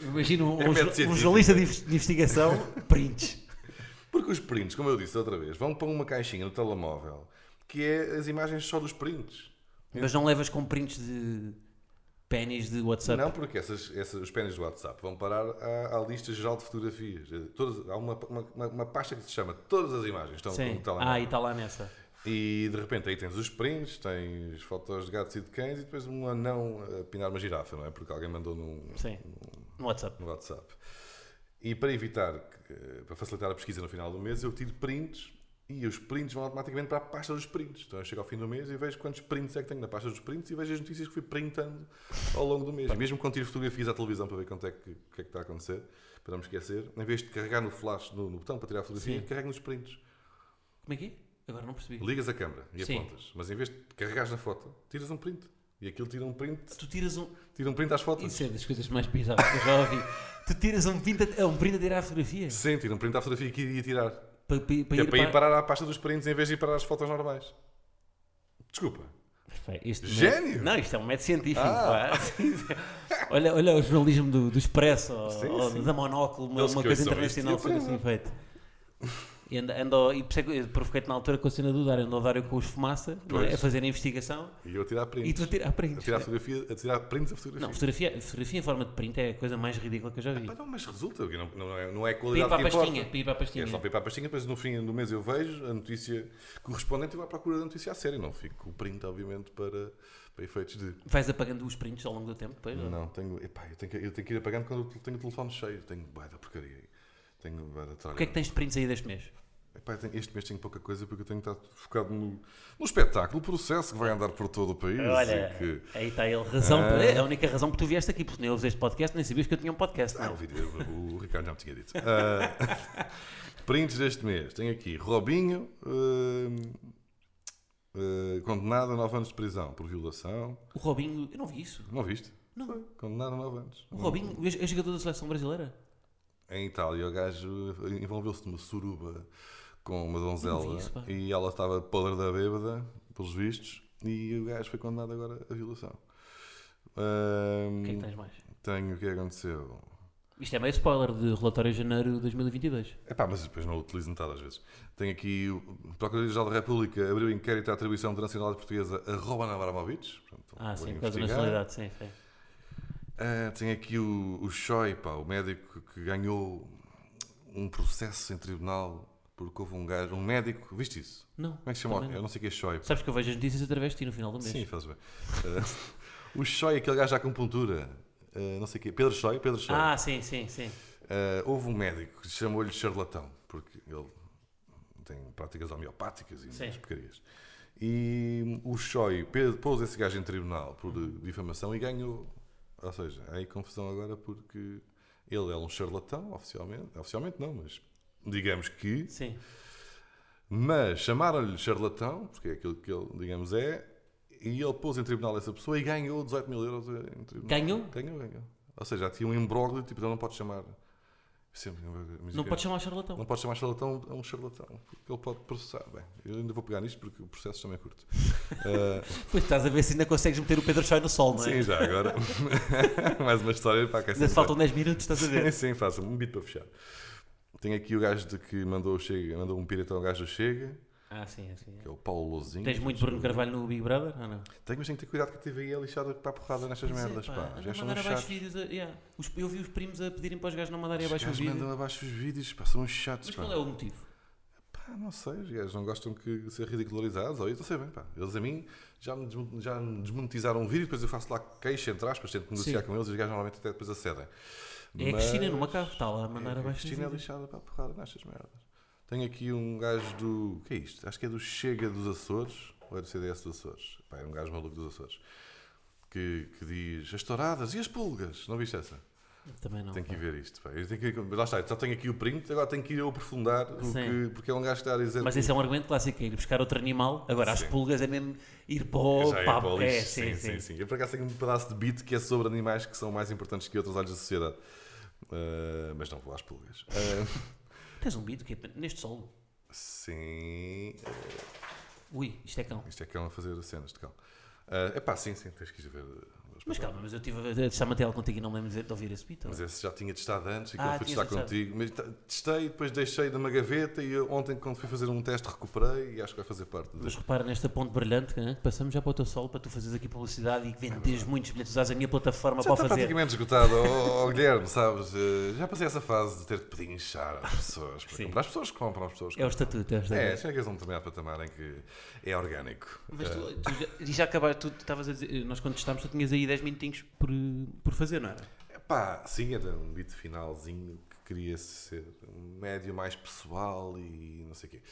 Speaker 4: Imagina um,
Speaker 3: É
Speaker 4: um jo- um
Speaker 3: método científico.
Speaker 4: jornalista de inves- de investigação, prints.
Speaker 3: Porque os prints, como eu disse outra vez, vão para uma caixinha no telemóvel que é as imagens só dos prints.
Speaker 4: Mas não levas com prints de pênis de WhatsApp.
Speaker 3: Não, porque essas, essas, os pênis do WhatsApp vão parar à, à lista geral de fotografias. Eh, Todas, há uma, uma, uma- uma pasta que se chama Todas as imagens estão
Speaker 4: Sim.
Speaker 3: no telemóvel.
Speaker 4: Ah, e está lá nessa.
Speaker 3: E de repente aí tens os prints, tens fotos de gatos e de cães e depois um anão a pinar uma girafa, não é? Porque alguém mandou num,
Speaker 4: Sim. No WhatsApp.
Speaker 3: no WhatsApp. E para evitar, que- eh, para facilitar a pesquisa no final do mês, eu tiro prints e os prints vão automaticamente para a pasta dos prints. Então eu chego ao fim do mês e vejo quantos prints é que tenho na pasta dos prints e vejo as notícias que fui printando ao longo do mês. Mesmo quando tiro fotografias à televisão para ver quanto é que, o que é que está a acontecer, para não me esquecer, em vez de carregar no flash, no, no botão para tirar a fotografia,
Speaker 4: Sim.
Speaker 3: carrego nos prints.
Speaker 4: Como é que é? Agora não percebi.
Speaker 3: Ligas a câmara e
Speaker 4: Sim.
Speaker 3: apontas, mas em vez de carregares na foto, tiras um print E aquilo tira um print,
Speaker 2: Tu tiras um.
Speaker 3: tira um print às fotos.
Speaker 2: Isso é das coisas mais bizarras que eu já ouvi. tu tiras um print a, um print a tirar a fotografia.
Speaker 3: Sim, tira um print à fotografia que iria tirar.
Speaker 2: Para, para, para
Speaker 3: Que é
Speaker 2: ir
Speaker 3: para ir
Speaker 2: para...
Speaker 3: parar à pasta dos prints em vez de ir parar às fotos normais. Desculpa.
Speaker 2: Perfeito. Isto não é-
Speaker 3: Gênio!
Speaker 2: Não, isto é um método científico.
Speaker 3: Ah.
Speaker 2: pá. olha, olha o jornalismo do, do Expresso ou,
Speaker 3: Sim,
Speaker 2: ou
Speaker 3: sim.
Speaker 2: da Monóculo, uma,
Speaker 3: Eles
Speaker 2: uma
Speaker 3: que
Speaker 2: coisa
Speaker 3: ouçam isto é
Speaker 2: internacional
Speaker 3: e
Speaker 2: sendo assim feito. E, ando, ando, e por isso é que eu provoquei-te na altura com a cena do Dário, andou o Dário com os fumaça não é?
Speaker 3: Pois.
Speaker 2: a fazer a investigação
Speaker 3: E eu a tirar prints.
Speaker 2: e tu a tirar
Speaker 3: A
Speaker 2: prints.
Speaker 3: tirar fotografia, a tirar prints a fotografia.
Speaker 2: Não, fotografia, fotografia em forma de print é a coisa mais ridícula que eu já vi.
Speaker 3: Pá, não, mas resulta, não, não é, não é a
Speaker 2: Pedi
Speaker 3: qualidade
Speaker 2: para a
Speaker 3: que importa.
Speaker 2: pastinha, pedi para a pastinha.
Speaker 3: É só para ir para a pastinha, depois no fim do mês eu vejo a notícia correspondente e vou à procura da notícia a sério. Não fico com o print, obviamente, para, para efeitos de.
Speaker 2: Vais apagando os prints ao longo do tempo depois?
Speaker 3: Não, tenho, epá, eu, tenho que, eu tenho que ir apagando quando eu tenho o telefone cheio. Tenho bué da porcaria. aí. Tenho bué da
Speaker 2: O que é que tens de prints aí deste mês?
Speaker 3: Epá, eu tenho- este mês tenho pouca coisa porque eu tenho estado focado no, no espetáculo, no processo que vai andar por todo o país.
Speaker 2: Olha,
Speaker 3: e que,
Speaker 2: aí está ele. Razão,
Speaker 3: Ah.
Speaker 2: é a única razão que tu vieste aqui, porque nem ouves este podcast, nem sabias que eu tinha um podcast.
Speaker 3: Ah,
Speaker 2: não.
Speaker 3: o, vídeo, o Ricardo já me tinha dito. Ah, prints deste mês. Tenho aqui Robinho, ah, ah, condenado a 9 anos de prisão por violação.
Speaker 2: O Robinho, eu não vi isso.
Speaker 3: Não viste?
Speaker 2: Não.
Speaker 3: Foi, Condenado a 9 anos.
Speaker 2: O Robinho é é jogador da seleção brasileira?
Speaker 3: Em Itália, o gajo envolveu-se numa suruba com uma
Speaker 2: Não
Speaker 3: donzela
Speaker 2: vi isso, pá.
Speaker 3: e ela estava podre da bêbada, pelos vistos, e o gajo foi condenado agora a violação. Ah,
Speaker 2: O que é que tens mais?
Speaker 3: tenho o que aconteceu.
Speaker 2: Isto é meio spoiler de relatório de janeiro de 2022.
Speaker 3: Epá, mas depois não o utilizo metade às vezes. Tenho aqui o Procuradoria-Geral da República abriu inquérito à atribuição da nacionalidade portuguesa a Roman Abramovich. Portanto,
Speaker 2: Ah,
Speaker 3: vou
Speaker 2: sim, por causa da
Speaker 3: investigar.
Speaker 2: nacionalidade, sim, sim.
Speaker 3: Ah, tenho aqui o, o Choi, pá, o médico que ganhou um processo em tribunal porque houve um gajo, um médico, viste isso?
Speaker 2: Não.
Speaker 3: Como é que se chama?
Speaker 2: também não.
Speaker 3: Eu não sei o que é Choi. pá.
Speaker 2: Sabes que eu vejo as notícias através de ti no final do mês.
Speaker 3: Sim, faz bem. Ah, o Choi, aquele gajo da acupuntura, ah, não sei o que Pedro Choi, Pedro Choi.
Speaker 2: Ah, sim, sim, sim.
Speaker 3: Uh, houve um médico que chamou-lhe charlatão, porque ele tem práticas homeopáticas e
Speaker 2: Sim.
Speaker 3: umas porcarias. E o Choi pe- pôs esse gajo em tribunal por difamação e ganhou. Ou seja, há aí confusão agora porque ele é um charlatão, oficialmente. Oficialmente não, mas digamos que.
Speaker 2: Sim.
Speaker 3: Mas chamaram-lhe charlatão, porque é aquilo que ele, digamos, é. E ele pôs em tribunal essa pessoa e ganhou 18 mil euros em tribunal.
Speaker 2: Ganhou?
Speaker 3: Ganhou, ganhou. Ou seja, já tinha um imbróglio, tipo, não pode chamar. Sempre,
Speaker 2: Não podes chamar charlatão.
Speaker 3: não pode chamar charlatão a um charlatão, porque ele pode processar. Bem, eu ainda vou pegar nisto porque o processo também é curto. Ah,
Speaker 2: Pois estás a ver se ainda consegues meter o Pedro Choi no sol, não é?
Speaker 3: sim, já agora. Mais uma história para aquecer.
Speaker 2: Ainda te faltam 10 minutos, estás a ver?
Speaker 3: Sim, sim, faça um beat para fechar. Tenho aqui o gajo de que mandou, o Chega, mandou um pirata ao gajo do Chega,
Speaker 2: Ah, sim, é, sim. é.
Speaker 3: que é o Paulo Lousinho.
Speaker 2: Tens muito Bruno Carvalho no Big Brother? Ah, não.
Speaker 3: Tenho, mas tenho que ter cuidado que a TVI é lixada para a porrada nestas
Speaker 2: Pois é,
Speaker 3: merdas, pá.
Speaker 2: andam
Speaker 3: Já
Speaker 2: a
Speaker 3: são
Speaker 2: mandar
Speaker 3: uns
Speaker 2: abaixo
Speaker 3: chatos.
Speaker 2: vídeos a- yeah. Os- Eu vi os primos a pedirem para os gajos não mandarem
Speaker 3: Os
Speaker 2: abaixo os
Speaker 3: gajos
Speaker 2: vídeos.
Speaker 3: mandam abaixo os vídeos, pá, são uns chatos,
Speaker 2: Mas
Speaker 3: pá.
Speaker 2: qual é o motivo?
Speaker 3: Pá, não sei, os gajos não gostam que ser ridicularizados, ou isso, não sei bem, pá. Eles a mim já me, desmo- já me desmonetizaram um vídeo, depois eu faço lá queixa, entre aspas, tento negociar
Speaker 2: Sim.
Speaker 3: com eles e os gajos normalmente até depois acedem.
Speaker 2: É a Cristina numa cave, está lá a mandar
Speaker 3: É, a
Speaker 2: abaixo os
Speaker 3: Cristina é
Speaker 2: vídeos.
Speaker 3: lixada para a porrada nestas merdas. Tenho aqui um gajo do. O que é isto? Acho que é do Chega dos Açores, ou é do CDS dos Açores. Pá, é um gajo maluco dos Açores. Que, que diz as touradas e as pulgas. Não viste essa?
Speaker 2: Também não.
Speaker 3: Tenho que ir ver isto. Pá. Eu tenho que ir- Mas lá está, só tenho aqui o print, agora tenho que ir eu aprofundar o
Speaker 2: Sim.
Speaker 3: que. Porque é um gajo que está a dizer.
Speaker 2: Mas
Speaker 3: que-
Speaker 2: esse é um argumento clássico, é ir buscar outro animal. Agora, as
Speaker 3: Sim.
Speaker 2: pulgas é mesmo ir para o
Speaker 3: Já é
Speaker 2: pá,
Speaker 3: para o
Speaker 2: É,
Speaker 3: lixo.
Speaker 2: sim, sim.
Speaker 3: Eu por acaso tenho um pedaço de beat que é sobre animais que são mais importantes que outros olhos da sociedade. Ah, mas não vou às pulgas. Ah,
Speaker 2: Tens um bido que é neste solo.
Speaker 3: sim.
Speaker 2: Ui, isto é cão.
Speaker 3: Isto é cão a fazer cenas de cão. é epá, sim, sim, tens que ir ver. os
Speaker 2: Mas
Speaker 3: papéis.
Speaker 2: calma, mas eu estive a testar material contigo e não me lembro de- de ouvir esse tá beat. ó.
Speaker 3: Mas esse já tinha testado antes e que
Speaker 2: Ah,
Speaker 3: eu fui
Speaker 2: tinhas
Speaker 3: testar
Speaker 2: testado.
Speaker 3: contigo. Mas ta- testei, depois deixei numa gaveta e eu, ontem, quando fui fazer um teste, recuperei e acho que vai fazer parte.
Speaker 2: Mas
Speaker 3: De...
Speaker 2: repara nesta ponte brilhante né, que passamos já para o teu solo para tu fazeres aqui publicidade e vendes muitos bilhetes, usares a minha plataforma
Speaker 3: Já
Speaker 2: para o fazer.
Speaker 3: está tá praticamente esgotado, oh, oh, Guilherme, sabes? eh, Já passei essa fase de ter que pedinchar às pessoas. Para
Speaker 2: Sim.
Speaker 3: comprar. As pessoas compram, as pessoas
Speaker 2: É o
Speaker 3: compram.
Speaker 2: estatuto, é o estatuto.
Speaker 3: É, chegas a um determinado patamar em que é orgânico.
Speaker 2: Mas
Speaker 3: Eh,
Speaker 2: tu, tu já, e já acabaste, tu estavas a dizer, nós quando testámos, tu tinhas aí 10 minutinhos por, por fazer, não é? era?
Speaker 3: Pá, sim, era um beat finalzinho que queria ser um médio mais pessoal e não sei o quê.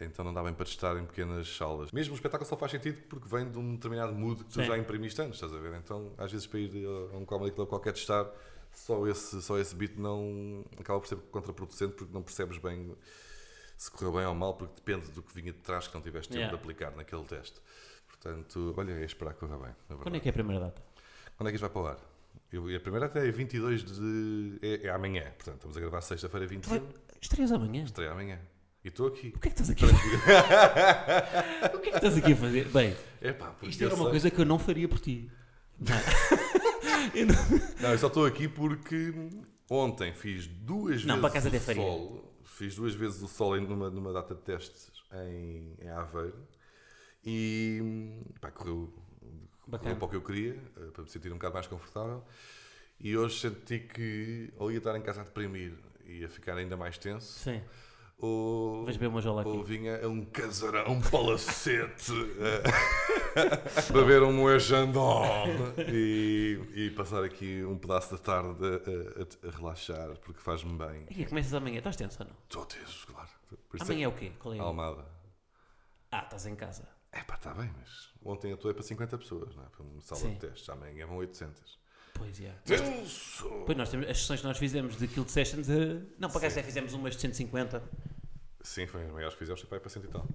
Speaker 3: Então não dá bem para testar em pequenas salas. Mesmo o espetáculo só faz sentido porque vem de um determinado mood que tu
Speaker 2: Sim.
Speaker 3: já imprimiste antes, estás a ver? Então, às vezes, para ir a um comedy club qualquer testar, só esse, só esse beat não acaba por ser contraproducente porque não percebes bem se correu bem ou mal, porque depende do que vinha de trás que não tiveste tempo
Speaker 2: Yeah.
Speaker 3: de aplicar naquele teste. Portanto, olha, é esperar que corra bem. na
Speaker 2: Quando é
Speaker 3: verdade.
Speaker 2: que é a primeira data?
Speaker 3: Quando é que isto vai para o ar? Eu, e a primeira até é 22 de. É, é amanhã, portanto, estamos a gravar sexta-feira 21.
Speaker 2: Estreias amanhã.
Speaker 3: Estreia amanhã. E estou aqui.
Speaker 2: O que é que estás aqui a fazer? o que é que estás aqui a fazer? Bem,
Speaker 3: Epá, porque
Speaker 2: isto
Speaker 3: eu
Speaker 2: era uma
Speaker 3: sei-
Speaker 2: coisa que eu não faria por ti.
Speaker 3: Não, eu só estou aqui porque ontem fiz duas
Speaker 2: Não,
Speaker 3: vezes
Speaker 2: para casa
Speaker 3: o
Speaker 2: até faria.
Speaker 3: sol. Fiz duas vezes o sol em- numa, numa data de testes em, em Aveiro e pá, correu, correu
Speaker 2: Bacana.
Speaker 3: para o que eu queria, eh, para me sentir um bocado mais confortável. E hoje senti que ou ia estar em casa a deprimir e a ficar ainda mais tenso,
Speaker 2: Sim.
Speaker 3: ou,
Speaker 2: Vais beber uma jola
Speaker 3: ou
Speaker 2: aqui.
Speaker 3: vinha a um casarão, a um palacete, eh, beber um moejandon e, e passar aqui um pedaço da tarde a, a- a relaxar, porque faz-me bem.
Speaker 2: E aí, começas amanhã. Estás tenso ou não?
Speaker 3: Estou teso, claro. Por isso
Speaker 2: Amanhã é o quê? Qual é?
Speaker 3: que-
Speaker 2: o-
Speaker 3: Almada.
Speaker 2: Ah, estás em casa.
Speaker 3: É pá, está bem, mas ontem eu estou para 50 pessoas, não é? Para uma sala
Speaker 2: Sim.
Speaker 3: de testes. Amanhã vão 800.
Speaker 2: Pois é.
Speaker 3: Tenso!
Speaker 2: Pois nós temos as sessões que nós fizemos de Kill Sessions. eh, Não, para cá até fizemos umas de 150.
Speaker 3: Sim, foi as maiores que fizemos, foi para 100 e tal.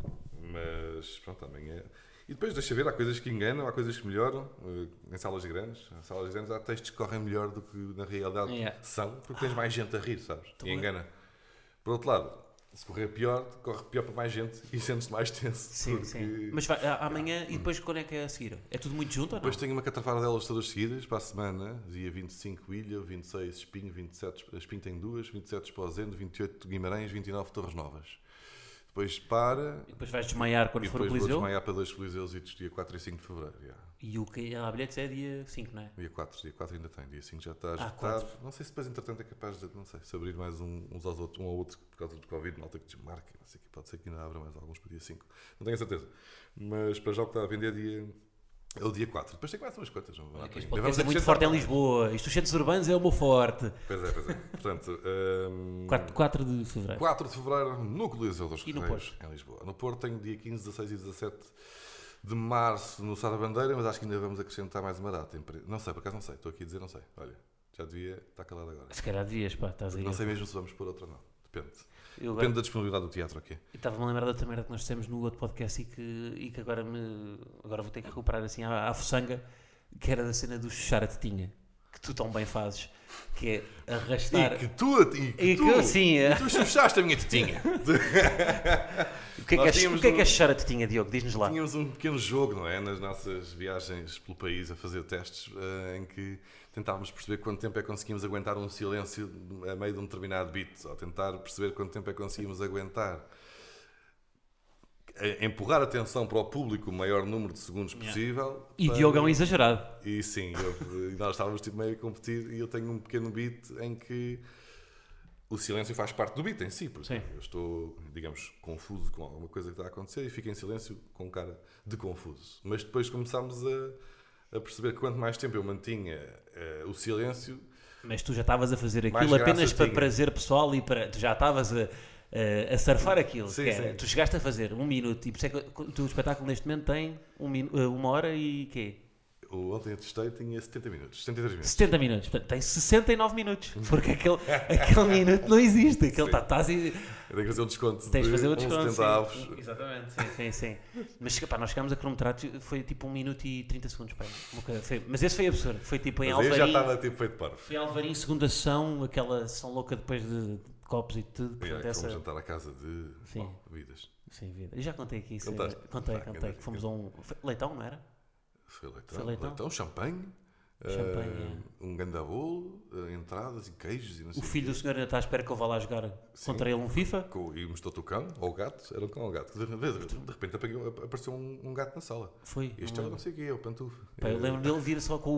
Speaker 3: Mas pronto, amanhã. E depois deixa ver, há coisas que enganam, há coisas que melhoram eh, em salas grandes. Em salas grandes há textos que correm melhor do que na realidade
Speaker 2: Yeah.
Speaker 3: são, porque tens mais gente a rir, sabes?
Speaker 2: Tô
Speaker 3: E
Speaker 2: bem.
Speaker 3: engana. Por outro lado, se correr pior, corre pior para mais gente e sentes-te mais tenso. porque-
Speaker 2: Mas vai, a- amanhã e depois quando é que é a seguir? É tudo muito junto ou não?
Speaker 3: Depois tenho uma catrafada delas todas seguidas para a semana. Dia 25, Ilha, 26, Espinho, 27, Espinho tem duas, 27, Esposendo, 28, Guimarães, 29, Torres Novas. Depois para,
Speaker 2: E depois vais desmaiar quando
Speaker 3: E
Speaker 2: for o
Speaker 3: depois vou
Speaker 2: Coliseu.
Speaker 3: desmaiar para dois Coliseus e dia 4 e 5 de Fevereiro. já.
Speaker 2: E o que há bilhetes é dia 5, não é?
Speaker 3: Dia 4, dia 4 ainda tem, dia 5 já está esgotado.
Speaker 2: Ah, quatro.
Speaker 3: Não sei se depois, entretanto, é capaz de, não sei, se abrir mais um, uns aos outros, um ao outro por causa do Covid, malta que desmarca, não sei o quê, pode ser que ainda abra mais alguns para dia 5. Não tenho a certeza. Mas para já o que está a vender é dia, é o dia 4. Depois tem mais umas quantas, não vou lá para
Speaker 2: Este
Speaker 3: aí.
Speaker 2: podcast é
Speaker 3: Ainda
Speaker 2: muito
Speaker 3: vamos
Speaker 2: forte em
Speaker 3: acrescentar.
Speaker 2: Lisboa. Isto, os centros urbanos, é o meu forte.
Speaker 3: Pois é, pois é. Portanto, hum,
Speaker 2: 4, 4 de fevereiro.
Speaker 3: 4 de Fevereiro no Coliseu dos
Speaker 2: E no
Speaker 3: Correios, em Lisboa. No Porto tenho dia 15, 16 e 17 de Março no Sá da Bandeira, mas acho que ainda vamos acrescentar mais uma data. em pre- Não sei, por acaso não sei, estou aqui a dizer não sei. Olha, já devia estar calado agora.
Speaker 2: Se calhar dias, pá, estás aí.
Speaker 3: Não sei mesmo se vamos pôr outra ou não, depende.
Speaker 2: Eu agora-
Speaker 3: Depende da disponibilidade do teatro aqui.
Speaker 2: eu estava-me a lembrar da outra merda que nós dissemos no outro podcast e que, e que agora me. Agora vou ter que recuperar assim à, à fuçanga, que era da cena do chuchar a tetinha, que tu tão bem fazes, que é arrastar.
Speaker 3: E que tu, e que
Speaker 2: E que
Speaker 3: tu,
Speaker 2: eu, sim, é.
Speaker 3: e tu chuchaste a minha tetinha.
Speaker 2: O que é que,
Speaker 3: Nós
Speaker 2: és, o
Speaker 3: tínhamos
Speaker 2: que, é que
Speaker 3: um-
Speaker 2: és chuchar a tetinha, Diogo? Diz-nos lá.
Speaker 3: Tínhamos um pequeno jogo, não é? Nas nossas viagens pelo país a fazer testes, eh, em que tentávamos perceber quanto tempo é que conseguíamos aguentar um silêncio a meio de um determinado beat, ou tentar perceber quanto tempo é que conseguíamos aguentar. Eh, Empurrar a atenção para o público o maior número de segundos possível.
Speaker 2: E
Speaker 3: para-
Speaker 2: Diogo é um exagerado.
Speaker 3: e sim, eu- e nós estávamos tipo, meio a competir e eu tenho um pequeno beat em que o silêncio faz parte do beat em si. Porque
Speaker 2: Sim.
Speaker 3: Eu estou, digamos, confuso com alguma coisa que está a acontecer e fico em silêncio com um cara de confuso. Mas depois começámos a, a perceber que quanto mais tempo eu mantinha eh, o silêncio,
Speaker 2: Mas tu já estavas a fazer
Speaker 3: Mais
Speaker 2: aquilo apenas
Speaker 3: graça
Speaker 2: para
Speaker 3: tinha.
Speaker 2: prazer pessoal e para. Tu já estavas a, a, a surfar aquilo.
Speaker 3: Sim,
Speaker 2: que era-
Speaker 3: sim.
Speaker 2: Tu chegaste a fazer um minuto e por isso é que o teu espetáculo neste momento tem um minu- eh, uma hora e quê?
Speaker 3: eu ontem eu testei tinha 70 minutos, 73 minutos.
Speaker 2: 70 minutos. Portanto, tem 69 minutos. Porque aquele, aquele minuto não existe. Aquele
Speaker 3: Sim.
Speaker 2: tá, estás aí-
Speaker 3: Eu tenho que fazer um desconto
Speaker 2: Tens de
Speaker 3: de
Speaker 2: fazer o
Speaker 3: 11
Speaker 2: desconto. sim.
Speaker 3: centavos.
Speaker 2: Exatamente, sim, sim, sim. Mas pá, nós chegámos a cronometrar, foi tipo 1 minuto e 30 segundos. Pá, uma coisa- foi- mas esse foi absurdo. Foi tipo em
Speaker 3: Mas aí eu já
Speaker 2: Alvarinho.
Speaker 3: estava tipo feito parvo.
Speaker 2: Foi Alvarinho, segunda sessão, aquela sessão louca depois de, de copos e tudo.
Speaker 3: E aí,
Speaker 2: Portanto,
Speaker 3: Fomos
Speaker 2: essa,
Speaker 3: jantar à casa de
Speaker 2: Sim.
Speaker 3: bom, vidas.
Speaker 2: sim, vida. Eu já contei aqui isso. eh,
Speaker 3: Contaste?
Speaker 2: Contei,
Speaker 3: Ah,
Speaker 2: contei.
Speaker 3: grande
Speaker 2: Que fomos a um. foi- Leitão, não era?
Speaker 3: Foi leitão,
Speaker 2: Foi leitão.
Speaker 3: champanhe,
Speaker 2: Champanhe, é.
Speaker 3: eh, um gandabolo, eh, entradas e queijos e não sei
Speaker 2: O filho do senhor ainda está à espera que eu vá lá jogar contra ele um FIFA.
Speaker 3: Com- E mostrou-te o cão, ou o gato, era um cão ou o gato. De, de- de- de repente apanhou- ap- apareceu um, um gato na sala.
Speaker 2: Foi.
Speaker 3: Este
Speaker 2: não
Speaker 3: é o
Speaker 2: lembro.
Speaker 3: não sei o que é, o pantufa.
Speaker 2: Hum. Pá, eu
Speaker 3: Eh,
Speaker 2: lembro dele vir só com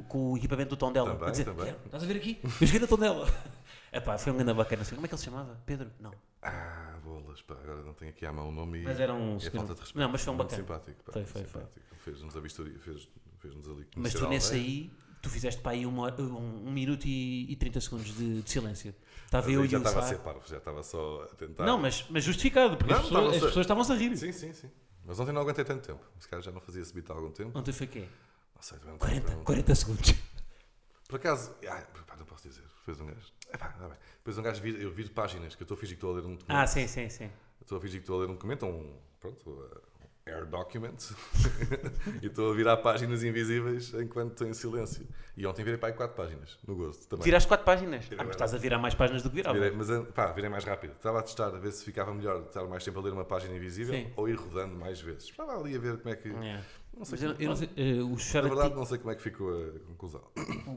Speaker 2: o, com o equipamento do tom dela.
Speaker 3: Também,
Speaker 2: a dizer,
Speaker 3: também.
Speaker 2: "Guilherme, Estás a ver aqui? Eu joguei no tom dela. Epá, foi um grande bacana. Assim, como é que ele se chamava? Pedro? Não.
Speaker 3: Ah, bolas, pá, agora não tenho aqui à mão o nome e-
Speaker 2: Mas era um
Speaker 3: e a
Speaker 2: senhor-
Speaker 3: falta de respeito.
Speaker 2: Não, mas foi um
Speaker 3: Muito
Speaker 2: bacana.
Speaker 3: simpático, pá,
Speaker 2: Foi,
Speaker 3: muito
Speaker 2: foi, foi.
Speaker 3: simpático. Fez-nos a vistoria, fez- fez-nos ali é?
Speaker 2: Mas
Speaker 3: conhecer
Speaker 2: tu
Speaker 3: a
Speaker 2: nesse
Speaker 3: aldeia.
Speaker 2: aí, tu fizeste para aí uma hora- um, um minuto e, e 30 segundos de, de silêncio. Estava
Speaker 3: Mas
Speaker 2: eu
Speaker 3: aí
Speaker 2: e
Speaker 3: já
Speaker 2: o
Speaker 3: estava a
Speaker 2: Sá.
Speaker 3: ser parvo, já estava só a tentar.
Speaker 2: Não, mas, mas justificado, porque as
Speaker 3: Não,
Speaker 2: pessoas-
Speaker 3: estava a
Speaker 2: as
Speaker 3: ser-
Speaker 2: pessoas estavam a rir.
Speaker 3: Sim, sim, sim. Mas ontem não aguentei tanto tempo. Esse cara já não fazia esse beat há algum tempo.
Speaker 2: Ontem foi quê?
Speaker 3: Não sei, também não tenho-
Speaker 2: 40,
Speaker 3: não-
Speaker 2: 40 segundos.
Speaker 3: Por acaso, ah, pá, não posso dizer. Depois um gajo. Epá, dá bem. Depois um gajo vira, eu viro páginas, que eu estou a fingir que estou a ler um documento.
Speaker 2: Ah, sim, sim, sim.
Speaker 3: Estou a fingir que estou a ler um documento, um, pronto, uh, Air Documents e estou a virar páginas invisíveis enquanto estou em silêncio. E ontem virei para aí quatro páginas, no gosto também.
Speaker 2: Tiraste quatro páginas. Ah, mas
Speaker 3: agora.
Speaker 2: estás a virar mais páginas do que virava.
Speaker 3: Virei, mas eh, pá, virei mais rápido. Estava a testar a ver se ficava melhor estar mais tempo a ler uma página invisível
Speaker 2: Sim.
Speaker 3: ou ir rodando mais vezes. Estava ali a ver como é que.
Speaker 2: Yeah.
Speaker 3: Não sei
Speaker 2: Mas eu,
Speaker 3: como-
Speaker 2: eu não sei, eh, o
Speaker 3: Na
Speaker 2: Charati-
Speaker 3: verdade, não sei como é que ficou a conclusão.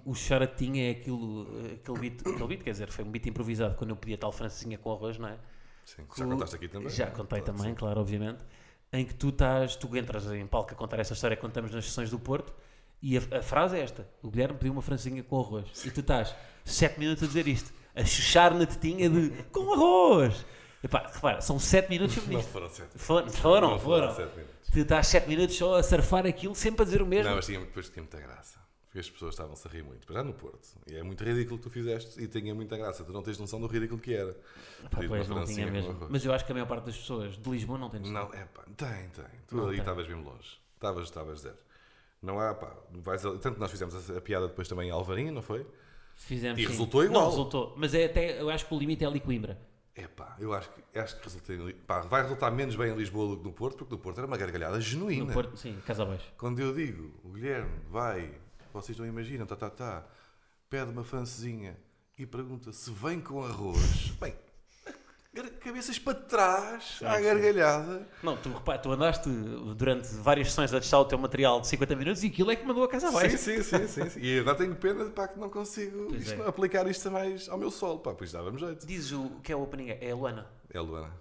Speaker 2: O Charatinha é aquilo, eh, aquele beat, aquele beat, quer dizer, foi um beat improvisado quando eu pedi a tal francesinha com arroz, não é?
Speaker 3: Sim, já
Speaker 2: O-
Speaker 3: contaste aqui também?
Speaker 2: Já contei
Speaker 3: Claro,
Speaker 2: também, claro, obviamente. Em que tu estás, tu entras em palco a contar essa história que contamos nas sessões do Porto e a, a frase é esta: o Guilherme pediu uma francinha com arroz. E tu estás 7 minutos a dizer isto, a chuchar na tetinha de com arroz. Epá, repara, são 7 minutos sobre
Speaker 3: Não
Speaker 2: isto.
Speaker 3: foram sete.
Speaker 2: Foram, foram.
Speaker 3: Não foram
Speaker 2: foram.
Speaker 3: sete minutos.
Speaker 2: Tu estás 7 minutos só a surfar aquilo, sempre a dizer o mesmo.
Speaker 3: Não, mas tinha, depois tinha muita graça. Porque as pessoas estavam-se a rir muito. Mas já no Porto. E é muito ridículo que tu fizeste e tinha muita graça. Tu não tens noção do ridículo que era.
Speaker 2: Pá,
Speaker 3: Pedir uma
Speaker 2: pois, não
Speaker 3: francinha
Speaker 2: tinha
Speaker 3: com
Speaker 2: mesmo.
Speaker 3: arroz.
Speaker 2: Mas eu acho que a maior parte das pessoas de Lisboa não tem noção.
Speaker 3: Não, é pá, tem, tem. Tu aí estavas mesmo longe. Estavas, estavas zero. Não há, pá, vais ali- tanto que nós fizemos a, a piada depois também em Alvarinho, não foi?
Speaker 2: Fizemos,
Speaker 3: E
Speaker 2: sim.
Speaker 3: resultou igual.
Speaker 2: Não resultou. Mas é até, eu acho que o limite é ali Coimbra.
Speaker 3: É pá, eu acho que, acho que resultei em Li- pá, vai resultar menos bem em Lisboa do que no Porto, porque no Porto era uma gargalhada
Speaker 2: No
Speaker 3: genuína.
Speaker 2: Porto, sim, casa abaixo.
Speaker 3: Quando eu digo, o Guilherme vai, vocês não imaginam, tá, tá, tá, pede uma francesinha e pergunta se vem com arroz. Bem, gar- cabeças para trás, à gargalhada.
Speaker 2: Não, tu, repara, tu andaste durante várias sessões a testar o teu material de 50 minutos e aquilo é que mandou a casa abaixo.
Speaker 3: Sim, sim, sim, sim, sim. E agora tenho pena pá, que não consigo
Speaker 2: Pois
Speaker 3: isto-
Speaker 2: é.
Speaker 3: aplicar isto a mais ao meu solo. Pá, pois dava-me jeito.
Speaker 2: Dizes o que é o opening, é a Luana.
Speaker 3: É Luana.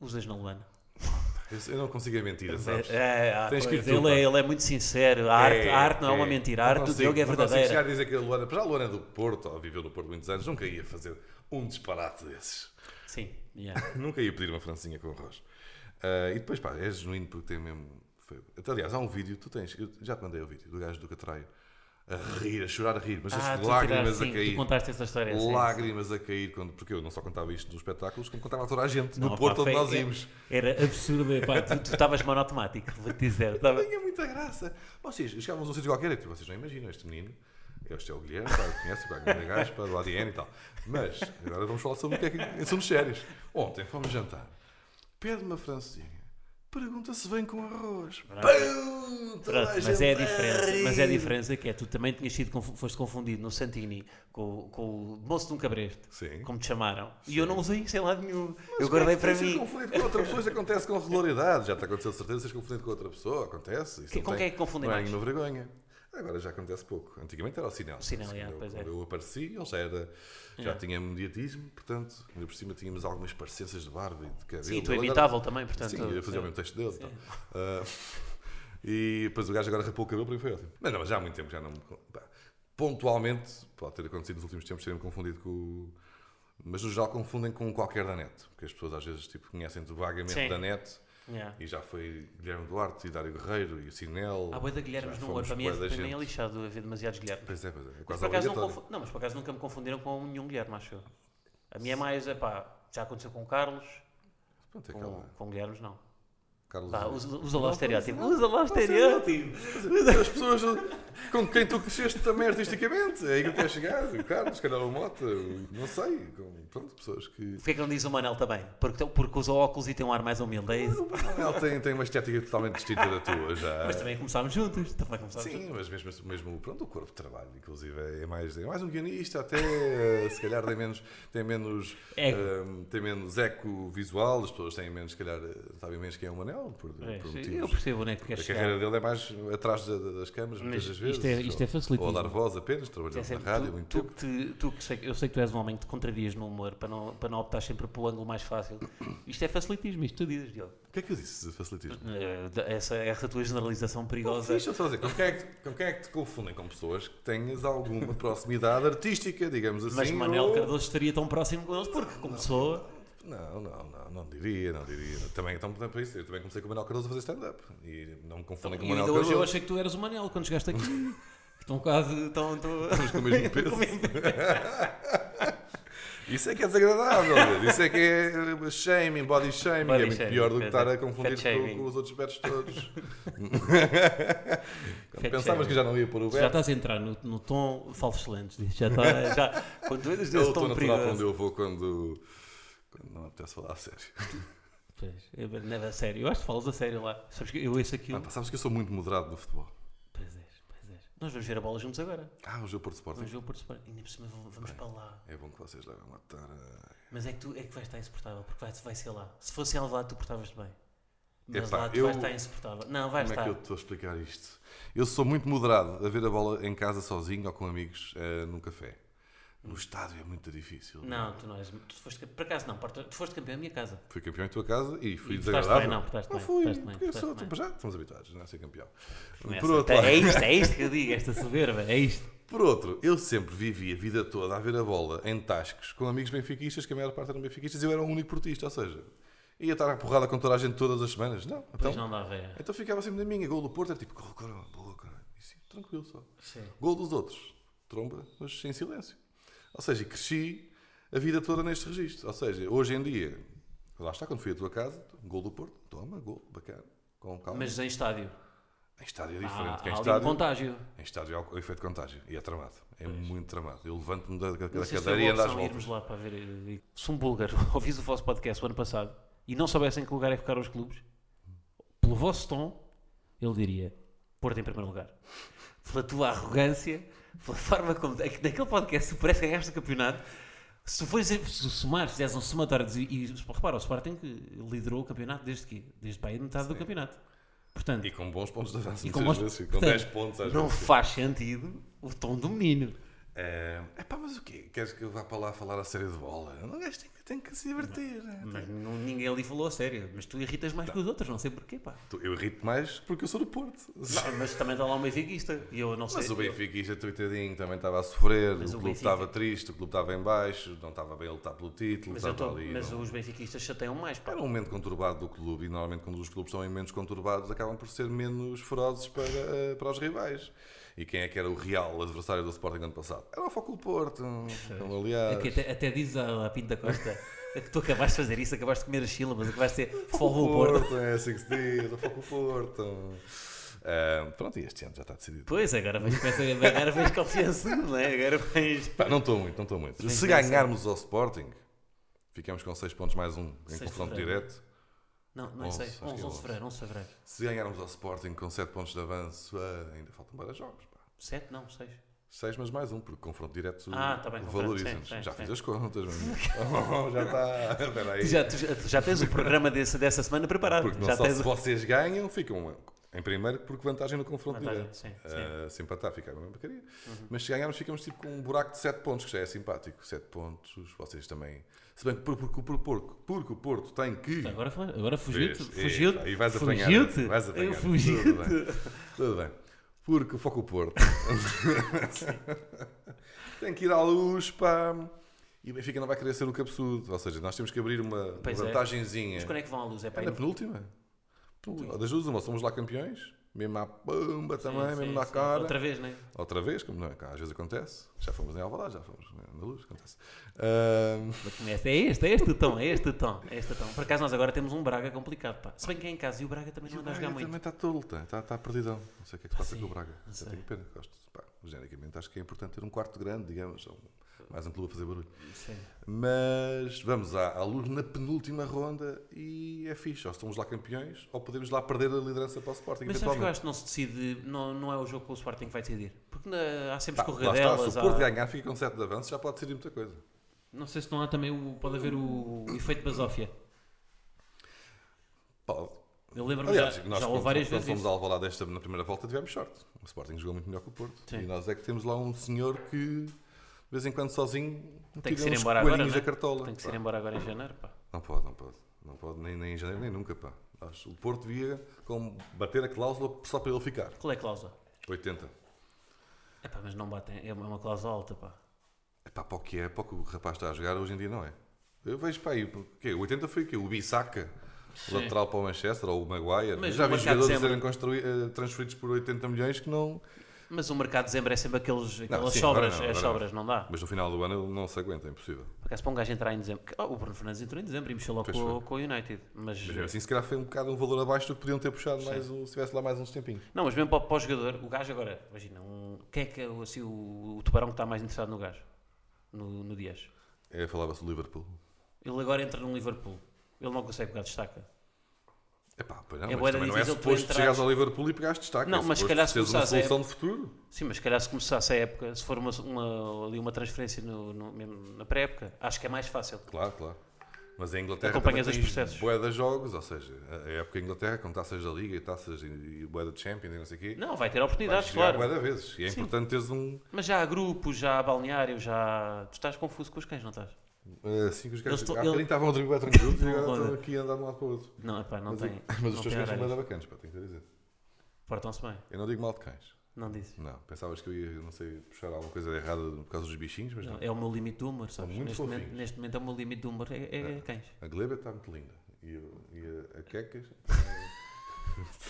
Speaker 2: Usas na Luana.
Speaker 3: Eu, eu não consigo a mentira, sabes?
Speaker 2: É, é, ah,
Speaker 3: Tens que
Speaker 2: pois,
Speaker 3: ir tu,
Speaker 2: ele, é,
Speaker 3: pá.
Speaker 2: ele é muito sincero. A arte, a arte não é, uma mentira. A arte
Speaker 3: Não
Speaker 2: do
Speaker 3: consigo-
Speaker 2: Diogo é
Speaker 3: não consigo
Speaker 2: verdadeira.
Speaker 3: chegar a dizer que a Luana, já a Luana é do Porto, ou viveu no Porto muitos anos, nunca ia fazer um disparate desses.
Speaker 2: Sim, yeah.
Speaker 3: Nunca ia pedir uma francinha com arroz. Ah, e depois, pá, é genuíno porque tem mesmo. Foi... Até, aliás, há um vídeo, tu tens, eu já te mandei o vídeo do gajo do Catraio a rir, a chorar, a rir, mas
Speaker 2: Ah,
Speaker 3: as
Speaker 2: tu,
Speaker 3: lágrimas
Speaker 2: tiraste,
Speaker 3: a
Speaker 2: sim, tu
Speaker 3: cair.
Speaker 2: contaste essa história. sim, sim.
Speaker 3: lágrimas a cair, quando, porque eu não só contava isto nos espetáculos, como contava a toda a gente
Speaker 2: Não,
Speaker 3: no
Speaker 2: pá,
Speaker 3: Porto onde
Speaker 2: foi-
Speaker 3: nós
Speaker 2: é-
Speaker 3: ímos.
Speaker 2: Era absurdo. epá, tu tu estavas monotemático, vou te dizer. Tava-
Speaker 3: Tinha muita graça. Vocês, chegávamos a um sítio qualquer, e tipo, vocês não imaginam este menino. Este é o Guilherme, pá, eu conheço, pá, grande é um gajo, pá, do ADN e tal. Mas, agora vamos falar sobre o que é que... Assuntos sérios. Ontem fomos jantar. Pede uma francesinha. Pergunta se vem com arroz. Pum! Toda
Speaker 2: Pronto,
Speaker 3: a
Speaker 2: mas
Speaker 3: gente
Speaker 2: é a
Speaker 3: a
Speaker 2: diferença,
Speaker 3: rir.
Speaker 2: mas é a diferença que é tu também tinhas sido, confu- foste confundido no Santini com, o- com o moço de um cabreste,
Speaker 3: Sim.
Speaker 2: como te chamaram, e eu não usei isso em lado nenhum, eu
Speaker 3: Mas como é
Speaker 2: guardei
Speaker 3: que
Speaker 2: para
Speaker 3: tem Ser
Speaker 2: mim.
Speaker 3: confundido com outra pessoa, isso acontece com regularidade. Já te aconteceu de certeza, seres confundido com outra pessoa, acontece. Isso
Speaker 2: Que-
Speaker 3: não
Speaker 2: com
Speaker 3: tem-
Speaker 2: quem é que confundem
Speaker 3: Não é
Speaker 2: mais?
Speaker 3: nenhuma vergonha. Agora já acontece pouco. Antigamente era o sinal. O
Speaker 2: Sinal, é,
Speaker 3: quando,
Speaker 2: pois
Speaker 3: quando
Speaker 2: é.
Speaker 3: eu apareci, ele já era. Já tinha mediatismo, portanto, ainda por cima tínhamos algumas parecenças de barba e de cabelo.
Speaker 2: Sim, tu é
Speaker 3: Ele agora-
Speaker 2: imitável também, portanto.
Speaker 3: Sim, eu fazia o
Speaker 2: sim.
Speaker 3: mesmo texto dele. então. Ah, e depois o gajo agora rapou o cabelo porque foi ótimo. Mas não, já há muito tempo já não me. pá, pontualmente, pode ter acontecido nos últimos tempos, terem-me confundido com. o- Mas no geral confundem com qualquer da net. Porque as pessoas às vezes tipo, conhecem-te vagamente
Speaker 2: Sim.
Speaker 3: da net.
Speaker 2: Yeah.
Speaker 3: E já foi Guilherme Duarte e Dário Guerreiro e o Sinel.
Speaker 2: Há boi da Guilhermes
Speaker 3: já
Speaker 2: no
Speaker 3: fomos
Speaker 2: olho, para mim é,
Speaker 3: bué da
Speaker 2: para mim é
Speaker 3: gente.
Speaker 2: lixado haver demasiados Guilhermes.
Speaker 3: Pois é, pois é. É
Speaker 2: Mas
Speaker 3: quase
Speaker 2: por acaso não,
Speaker 3: obrigatório.
Speaker 2: confu- não, mas por acaso nunca me confundiram com nenhum um Guilherme, acho eu. A minha é mais, epá, já aconteceu com o Carlos,
Speaker 3: Pronto, é
Speaker 2: com,
Speaker 3: aquela-
Speaker 2: com Guilhermes não.
Speaker 3: Carlos
Speaker 2: Vá,
Speaker 3: Azevedo.
Speaker 2: usa, usa lá o estereótipo, usa lá o estereótipo.
Speaker 3: As pessoas com quem tu cresceste também artisticamente. É aí que eu quero chegar. O Carlos, se calhar o Mota, o- não sei. Com, pronto, pessoas que.
Speaker 2: Porquê que não diz o Manel também? Porque, porque usa óculos e tem um ar mais humilde, é isso?
Speaker 3: Ele tem, tem uma estética totalmente distinta da tua já.
Speaker 2: Mas também começámos juntos. Também começámos juntos.
Speaker 3: Sim, mas mesmo, mesmo pronto, o corpo de trabalho, inclusive, é mais, é mais um guionista, até eh, se calhar tem menos, tem, menos,
Speaker 2: Ego.
Speaker 3: ehm, tem menos eco visual, as pessoas têm menos, se calhar, eh, sabem menos quem é o Manel, por,
Speaker 2: É,
Speaker 3: por
Speaker 2: eu
Speaker 3: motivos.
Speaker 2: percebo onde é que
Speaker 3: A
Speaker 2: queres chegar.
Speaker 3: carreira dele é mais atrás da- da- das câmaras,
Speaker 2: Mas
Speaker 3: muitas das vezes.
Speaker 2: isto é- isto é
Speaker 3: ou-
Speaker 2: facilitismo.
Speaker 3: Ou a dar voz apenas,
Speaker 2: É
Speaker 3: trabalhando na
Speaker 2: sempre
Speaker 3: rádio,
Speaker 2: tu,
Speaker 3: muito
Speaker 2: tu
Speaker 3: tempo.
Speaker 2: que te- tu que sei- eu sei que tu és um homem que te contrarias no humor para não, para não optar sempre pelo ângulo mais fácil. Isto é facilitismo, isto tu dizes, Diogo.
Speaker 3: O que é que eu disse de facilitismo?
Speaker 2: Eh, Essa, essa tua generalização perigosa.
Speaker 3: Deixa eu só dizer, com quem, é que, com quem é que te confundem? Com pessoas que tenhas alguma proximidade artística, digamos assim.
Speaker 2: Mas Manel
Speaker 3: ou-
Speaker 2: Cardoso estaria tão próximo com eles porque começou.
Speaker 3: Não, não, não, não diria, não diria. Também então, por exemplo, isso. Eu também comecei com o Manuel Cardoso a fazer stand-up. E não me confundem com o
Speaker 2: E
Speaker 3: Manuel
Speaker 2: ainda hoje eu
Speaker 3: Cardoso.
Speaker 2: achei que tu eras o Manel quando chegaste aqui. Estão quase. Estão, estão...
Speaker 3: Estamos com o mesmo peso.
Speaker 2: com o mesmo
Speaker 3: Isso é que é desagradável. meu. Isso é que é shaming, body shaming.
Speaker 2: Body
Speaker 3: é muito
Speaker 2: shaming,
Speaker 3: pior do que
Speaker 2: fat-
Speaker 3: estar a confundir
Speaker 2: fat
Speaker 3: com,
Speaker 2: shaming.
Speaker 3: com os outros betos todos. Quando
Speaker 2: Fat
Speaker 3: pensavas que já não ia pôr o
Speaker 2: Já tá-
Speaker 3: beto,
Speaker 2: estás a entrar no, no tom falsos lentes, diz. já está. Já, quando tu entras
Speaker 3: eu
Speaker 2: nesse
Speaker 3: estou
Speaker 2: tom
Speaker 3: natural para
Speaker 2: perigoso,
Speaker 3: onde eu vou quando, quando não me apetece falar a sério.
Speaker 2: Pois, eu, não, a sério, eu acho que falas a sério lá. Sabes que eu ouço aquilo.
Speaker 3: Ah, pá, sabes que eu sou muito moderado no futebol.
Speaker 2: Pois é, pois é. Nós vamos ver a bola juntos agora.
Speaker 3: Ah, o jogo Porto
Speaker 2: Vamos
Speaker 3: Sporting.
Speaker 2: ver o Porto Sporting. Ainda por cima vamos, vamos para lá.
Speaker 3: É bom que vocês levem a tarde.
Speaker 2: Mas é que tu é que vais estar insuportável, porque vai, vai ser lá. Se fosse em Alvalade, tu portavas-te bem. Mas
Speaker 3: Epá,
Speaker 2: lá tu
Speaker 3: eu-
Speaker 2: vais estar insuportável. Não, vais
Speaker 3: Como é
Speaker 2: estar.
Speaker 3: que eu te estou a explicar isto? Eu sou muito moderado a ver a bola em casa sozinho ou com amigos eh, num café. No estádio é muito difícil.
Speaker 2: Não, tu não és. Tu foste, por acaso não, porta- tu foste campeão em minha casa.
Speaker 3: Fui campeão em tua casa e fui
Speaker 2: E portaste
Speaker 3: desagradável.
Speaker 2: bem, não, portaste bem,
Speaker 3: fui,
Speaker 2: portaste bem,
Speaker 3: porque eu
Speaker 2: portaste
Speaker 3: sou,
Speaker 2: bem.
Speaker 3: para já estamos habituados não é, a ser campeão.
Speaker 2: Começa.
Speaker 3: Por outro,
Speaker 2: Tá,
Speaker 3: lado-
Speaker 2: é isto, é isto que eu digo, esta soberba, é isto.
Speaker 3: por outro, eu sempre vivi a vida toda a ver a bola em tascos com amigos benfiquistas, que a maior parte eram benfiquistas, e eu era o único portista, ou seja, ia estar à porrada com toda a gente todas as semanas. Não, então,
Speaker 2: Pois não dá a ver.
Speaker 3: então ficava sempre na minha. Gol do Porto era tipo, gol, caramba, boa, caramba. E sim, tranquilo só.
Speaker 2: Sim.
Speaker 3: Gol dos outros, tromba, mas sem silêncio. Ou seja, cresci a vida toda neste registro. Ou seja, hoje em dia, lá está, quando fui à tua casa, gol do Porto, toma, gol, bacana, com calma.
Speaker 2: Mas em estádio.
Speaker 3: Em estádio é
Speaker 2: Há,
Speaker 3: diferente, que
Speaker 2: há
Speaker 3: em
Speaker 2: ali um
Speaker 3: estádio,
Speaker 2: contágio.
Speaker 3: em estádio há o efeito contágio e é tramado, é muito tramado. Eu levanto-me da, da
Speaker 2: Não sei se
Speaker 3: cadeira e
Speaker 2: foi
Speaker 3: ando
Speaker 2: boa
Speaker 3: às
Speaker 2: opção
Speaker 3: voltas.
Speaker 2: irmos lá para ver. eh, Se um búlgaro ouvisse o vosso podcast o ano passado e não soubessem que lugar é que ficaram os clubes, pelo vosso tom, ele diria Porto em primeiro lugar. Pela tua arrogância, pela forma como. é que Naquele podcast, tu parece que ganhaste o campeonato. Se tu fores se somar, se fizeres um somatório e, e repara, o Sporting liderou o campeonato desde que? Desde para aí metade do campeonato. Portanto,
Speaker 3: E com bons pontos de avanço,
Speaker 2: e
Speaker 3: muitas
Speaker 2: bons-
Speaker 3: vezes, com
Speaker 2: portanto,
Speaker 3: 10 pontos às
Speaker 2: Não
Speaker 3: vezes.
Speaker 2: faz sentido o tom do menino.
Speaker 3: É pá, mas o quê? Queres que eu vá para lá falar a série de bola? Não, gajo tem, que- tem que se divertir. né?
Speaker 2: Mas não- é. ninguém ali falou a sério. Mas tu irritas
Speaker 3: Tá.
Speaker 2: mais que os outros, não sei porquê, pá.
Speaker 3: Tu- Eu irrito mais porque eu sou do Porto.
Speaker 2: Não, mas também dá lá um benfiquista. E eu não sei.
Speaker 3: Mas o Benfica é tuitadinho também estava a sofrer,
Speaker 2: Mas
Speaker 3: o,
Speaker 2: o
Speaker 3: clube
Speaker 2: Benfica-
Speaker 3: estava triste, o clube estava em baixo, não estava bem a lutar pelo título,
Speaker 2: Mas eu
Speaker 3: estava
Speaker 2: tô-
Speaker 3: ali.
Speaker 2: mas
Speaker 3: não-
Speaker 2: os benfiquistas chateiam mais, pá.
Speaker 3: Era um momento conturbado do clube e normalmente quando os clubes são em menos conturbados acabam por ser menos ferozes para, eh, para os rivais. E quem é que era o real adversário do Sporting ano passado? Era o Foco do Porto, como
Speaker 2: É
Speaker 3: aliás.
Speaker 2: que até, até diz a, a Pinta Costa é que tu acabaste de fazer isso, acabaste de comer as sílabas, acabaste de ser fogo o Porto.
Speaker 3: é assim que se diz, o Foco do Porto. Ah, pronto, e este ano já está decidido.
Speaker 2: Pois, agora vens, com essa- agora vens confiança, não é? Agora vens.
Speaker 3: Pá, não estou muito, não estou muito. Se
Speaker 2: pensa.
Speaker 3: ganharmos ao Sporting, ficamos com 6 pontos mais um em
Speaker 2: Seis é. de
Speaker 3: confronto
Speaker 2: fevereiro.
Speaker 3: direto.
Speaker 2: Não, não
Speaker 3: Onze,
Speaker 2: sei.
Speaker 3: acho que é
Speaker 2: 11, 11
Speaker 3: onze.
Speaker 2: de fevereiro, 11 de fevereiro.
Speaker 3: Se ganharmos ao Sporting com 7 pontos de avanço, ah, ainda faltam vários jogos. Pá.
Speaker 2: 7, não, 6.
Speaker 3: 6 mas mais um, porque confronto direto
Speaker 2: Ah, tá bem, confronto,
Speaker 3: valoriza-nos.
Speaker 2: sim, sim,
Speaker 3: Já
Speaker 2: sim.
Speaker 3: fiz as contas, meu amigo. Oh, já está. Espera aí.
Speaker 2: Tu já, tu já- tu já tens o programa desse- dessa semana preparado.
Speaker 3: Porque não
Speaker 2: já
Speaker 3: só
Speaker 2: tens
Speaker 3: se
Speaker 2: o-
Speaker 3: vocês ganham, ficam em primeiro porque vantagem no confronto
Speaker 2: Vantagem,
Speaker 3: direto.
Speaker 2: tá, sim, Uhum.
Speaker 3: Ah, se empatar, fica a mesma porcaria. Mas se ganharmos, ficamos tipo com um buraco de 7 pontos, que já é simpático. 7 pontos, vocês também. Se bem que por- porque, por- porque, porque o Porto tem que.
Speaker 2: Agora, foi- agora fugiu-te.
Speaker 3: Vês? é,
Speaker 2: Fugiu-te.
Speaker 3: E vais apanhar.
Speaker 2: Fugiu-te.
Speaker 3: Vais apanhar.
Speaker 2: Eu
Speaker 3: Tudo
Speaker 2: fugi-te.
Speaker 3: bem. Tudo bem. Porque o foco o Porto. Tem que ir à luz, pá. E o Benfica não vai querer ser o cabeçudo. Ou seja, nós temos que abrir uma
Speaker 2: Pois é.
Speaker 3: vantagenzinha.
Speaker 2: Mas quando é que vão à luz? É
Speaker 3: É
Speaker 2: para
Speaker 3: na
Speaker 2: ir
Speaker 3: penúltima. Penúltima. Das duas, uma, somos lá campeões. Mesmo à pamba também, é mesmo na cara.
Speaker 2: Outra vez, não é?
Speaker 3: Outra vez, como não é? cá às vezes acontece. Já fomos em Alvalade, já fomos na luz, acontece. Ahm,
Speaker 2: Este, é este, é este o tom, é este o tom, é este o tom. Por acaso nós agora temos um Braga complicado, pá. Se bem que é em casa e o Braga também
Speaker 3: E
Speaker 2: não
Speaker 3: o
Speaker 2: anda a
Speaker 3: Braga
Speaker 2: jogar muito. Ah,
Speaker 3: também está tolta, está, está perdidão. Não sei o que é que se passa
Speaker 2: sim,
Speaker 3: com o Braga.
Speaker 2: não
Speaker 3: Já
Speaker 2: sei.
Speaker 3: tenho pena. Gosto, pá, genericamente acho que é importante ter um quarto grande, digamos. ou Mais um clube a fazer barulho.
Speaker 2: Sim.
Speaker 3: Mas vamos à, à luz na penúltima ronda e é fixe. Ou estamos lá campeões ou podemos lá perder a liderança para o Sporting.
Speaker 2: Mas sabes que eu
Speaker 3: eventualmente.
Speaker 2: acho que não se decide, não, não é o jogo que o Sporting vai decidir. Porque na- há sempre
Speaker 3: Pá, lá está,
Speaker 2: escorregadelas.
Speaker 3: se o Porto
Speaker 2: há-
Speaker 3: ganhar, fica com 7 de avanço, já pode decidir muita coisa.
Speaker 2: Não sei se não há também, o, pode haver o, o efeito basófia.
Speaker 3: Pode.
Speaker 2: Eu lembro-me já,
Speaker 3: Aliás, nós
Speaker 2: já houve
Speaker 3: quando,
Speaker 2: várias
Speaker 3: quando
Speaker 2: vezes.
Speaker 3: fomos
Speaker 2: isso.
Speaker 3: ao Alvalade esta, na primeira volta tivemos sorte. O Sporting jogou muito melhor que o Porto.
Speaker 2: Sim.
Speaker 3: E nós é que temos lá um senhor que, de vez em quando, sozinho,
Speaker 2: Tem que
Speaker 3: tira
Speaker 2: ser
Speaker 3: uns
Speaker 2: embora agora.
Speaker 3: coelhinhos
Speaker 2: não é?
Speaker 3: da cartola.
Speaker 2: Tem que
Speaker 3: Pá,
Speaker 2: ser embora agora em janeiro, pá.
Speaker 3: Não pode, não pode. Não pode, nem, nem em janeiro, nem nunca, pá. Acho- O Porto via como bater a cláusula só para ele ficar.
Speaker 2: Qual é a cláusula?
Speaker 3: 80.
Speaker 2: É pá, mas não batem, é uma- é uma cláusula alta, pá.
Speaker 3: É pá, para o que é, para o que o rapaz está a jogar hoje em dia, não é? Eu vejo para aí, o quê? 80 foi o quê? O Bissaka, lateral para o Manchester, ou o Maguire.
Speaker 2: Mas
Speaker 3: já
Speaker 2: o
Speaker 3: vi
Speaker 2: mercado
Speaker 3: jogadores a
Speaker 2: sempre-
Speaker 3: serem construí- eh, transferidos por 80 milhões que não...
Speaker 2: Mas o mercado de dezembro é sempre aqueles, aquelas
Speaker 3: sim, agora
Speaker 2: sobras,
Speaker 3: não,
Speaker 2: é
Speaker 3: agora
Speaker 2: sobras, não dá?
Speaker 3: Mas no final do ano ele não se aguenta, é impossível.
Speaker 2: Por acaso, para um gajo entrar em dezembro. que- oh, o Bruno Fernandes entrou em dezembro e mexeu logo
Speaker 3: Pois
Speaker 2: com,
Speaker 3: foi.
Speaker 2: com o United. Mas,
Speaker 3: Mas mesmo assim, se calhar foi um bocado um valor abaixo do que podiam ter puxado mais um, se tivesse lá mais uns tempinhos.
Speaker 2: Não, mas mesmo para, o- para o jogador, o gajo agora, imagina, um, quem é que é o- assim, o, o tubarão que está mais interessado no gajo? No, no Dias.
Speaker 3: É, falava-se do Liverpool.
Speaker 2: Ele agora entra num Liverpool. Ele não consegue pegar destaca.
Speaker 3: Epá, pois não,
Speaker 2: É
Speaker 3: mas
Speaker 2: bué da
Speaker 3: também não é
Speaker 2: difícil tu
Speaker 3: suposto
Speaker 2: entrares-
Speaker 3: chegares ao Liverpool e pegares destaque.
Speaker 2: Não,
Speaker 3: é
Speaker 2: mas se
Speaker 3: suposto
Speaker 2: calhar se
Speaker 3: teres uma
Speaker 2: começares a
Speaker 3: solução de futuro.
Speaker 2: Sim, mas se calhar se começasse a época, se for uma, uma- ali uma transferência no, no- mesmo na pré-época, acho que é mais fácil.
Speaker 3: Claro, claro. Mas a Inglaterra
Speaker 2: Acompanhas
Speaker 3: também
Speaker 2: os
Speaker 3: tens
Speaker 2: processos.
Speaker 3: bué de jogos, ou seja, a- a época da Inglaterra, com taças da Liga e taças e, e bué da Champions e não sei o quê,
Speaker 2: Não, vai ter
Speaker 3: vais
Speaker 2: oportunidades,
Speaker 3: jogar
Speaker 2: claro.
Speaker 3: bué de vezes. E é importante teres um...
Speaker 2: Mas já há grupos, já há balneário, já. Tu estás confuso com os cães, não estás?
Speaker 3: Assim que os caras...
Speaker 2: Eles to-
Speaker 3: Há
Speaker 2: ele-
Speaker 3: bocadinho estavam a driblar tranquilos e agora
Speaker 2: Roda.
Speaker 3: estão aqui a andar de um lado para o outro.
Speaker 2: Não, epá, não
Speaker 3: Mas,
Speaker 2: tem.
Speaker 3: o- mas
Speaker 2: não
Speaker 3: os teus
Speaker 2: tem
Speaker 3: cães são bué
Speaker 2: horário.
Speaker 3: da bacanas, pá, tenho que te dizer.
Speaker 2: Portam-se bem,
Speaker 3: Eu não digo mal de cães.
Speaker 2: não disse.
Speaker 3: Não, pensavas que eu ia, não sei, puxar alguma coisa de errada por causa dos bichinhos, mas não.
Speaker 2: Não, é o meu limite de humor, sabes?
Speaker 3: muito
Speaker 2: Neste momento,
Speaker 3: fofinhos.
Speaker 2: neste momento é o meu limite de humor, é, é cães.
Speaker 3: A Gleba está muito linda. E, eu- e a, a Quecas...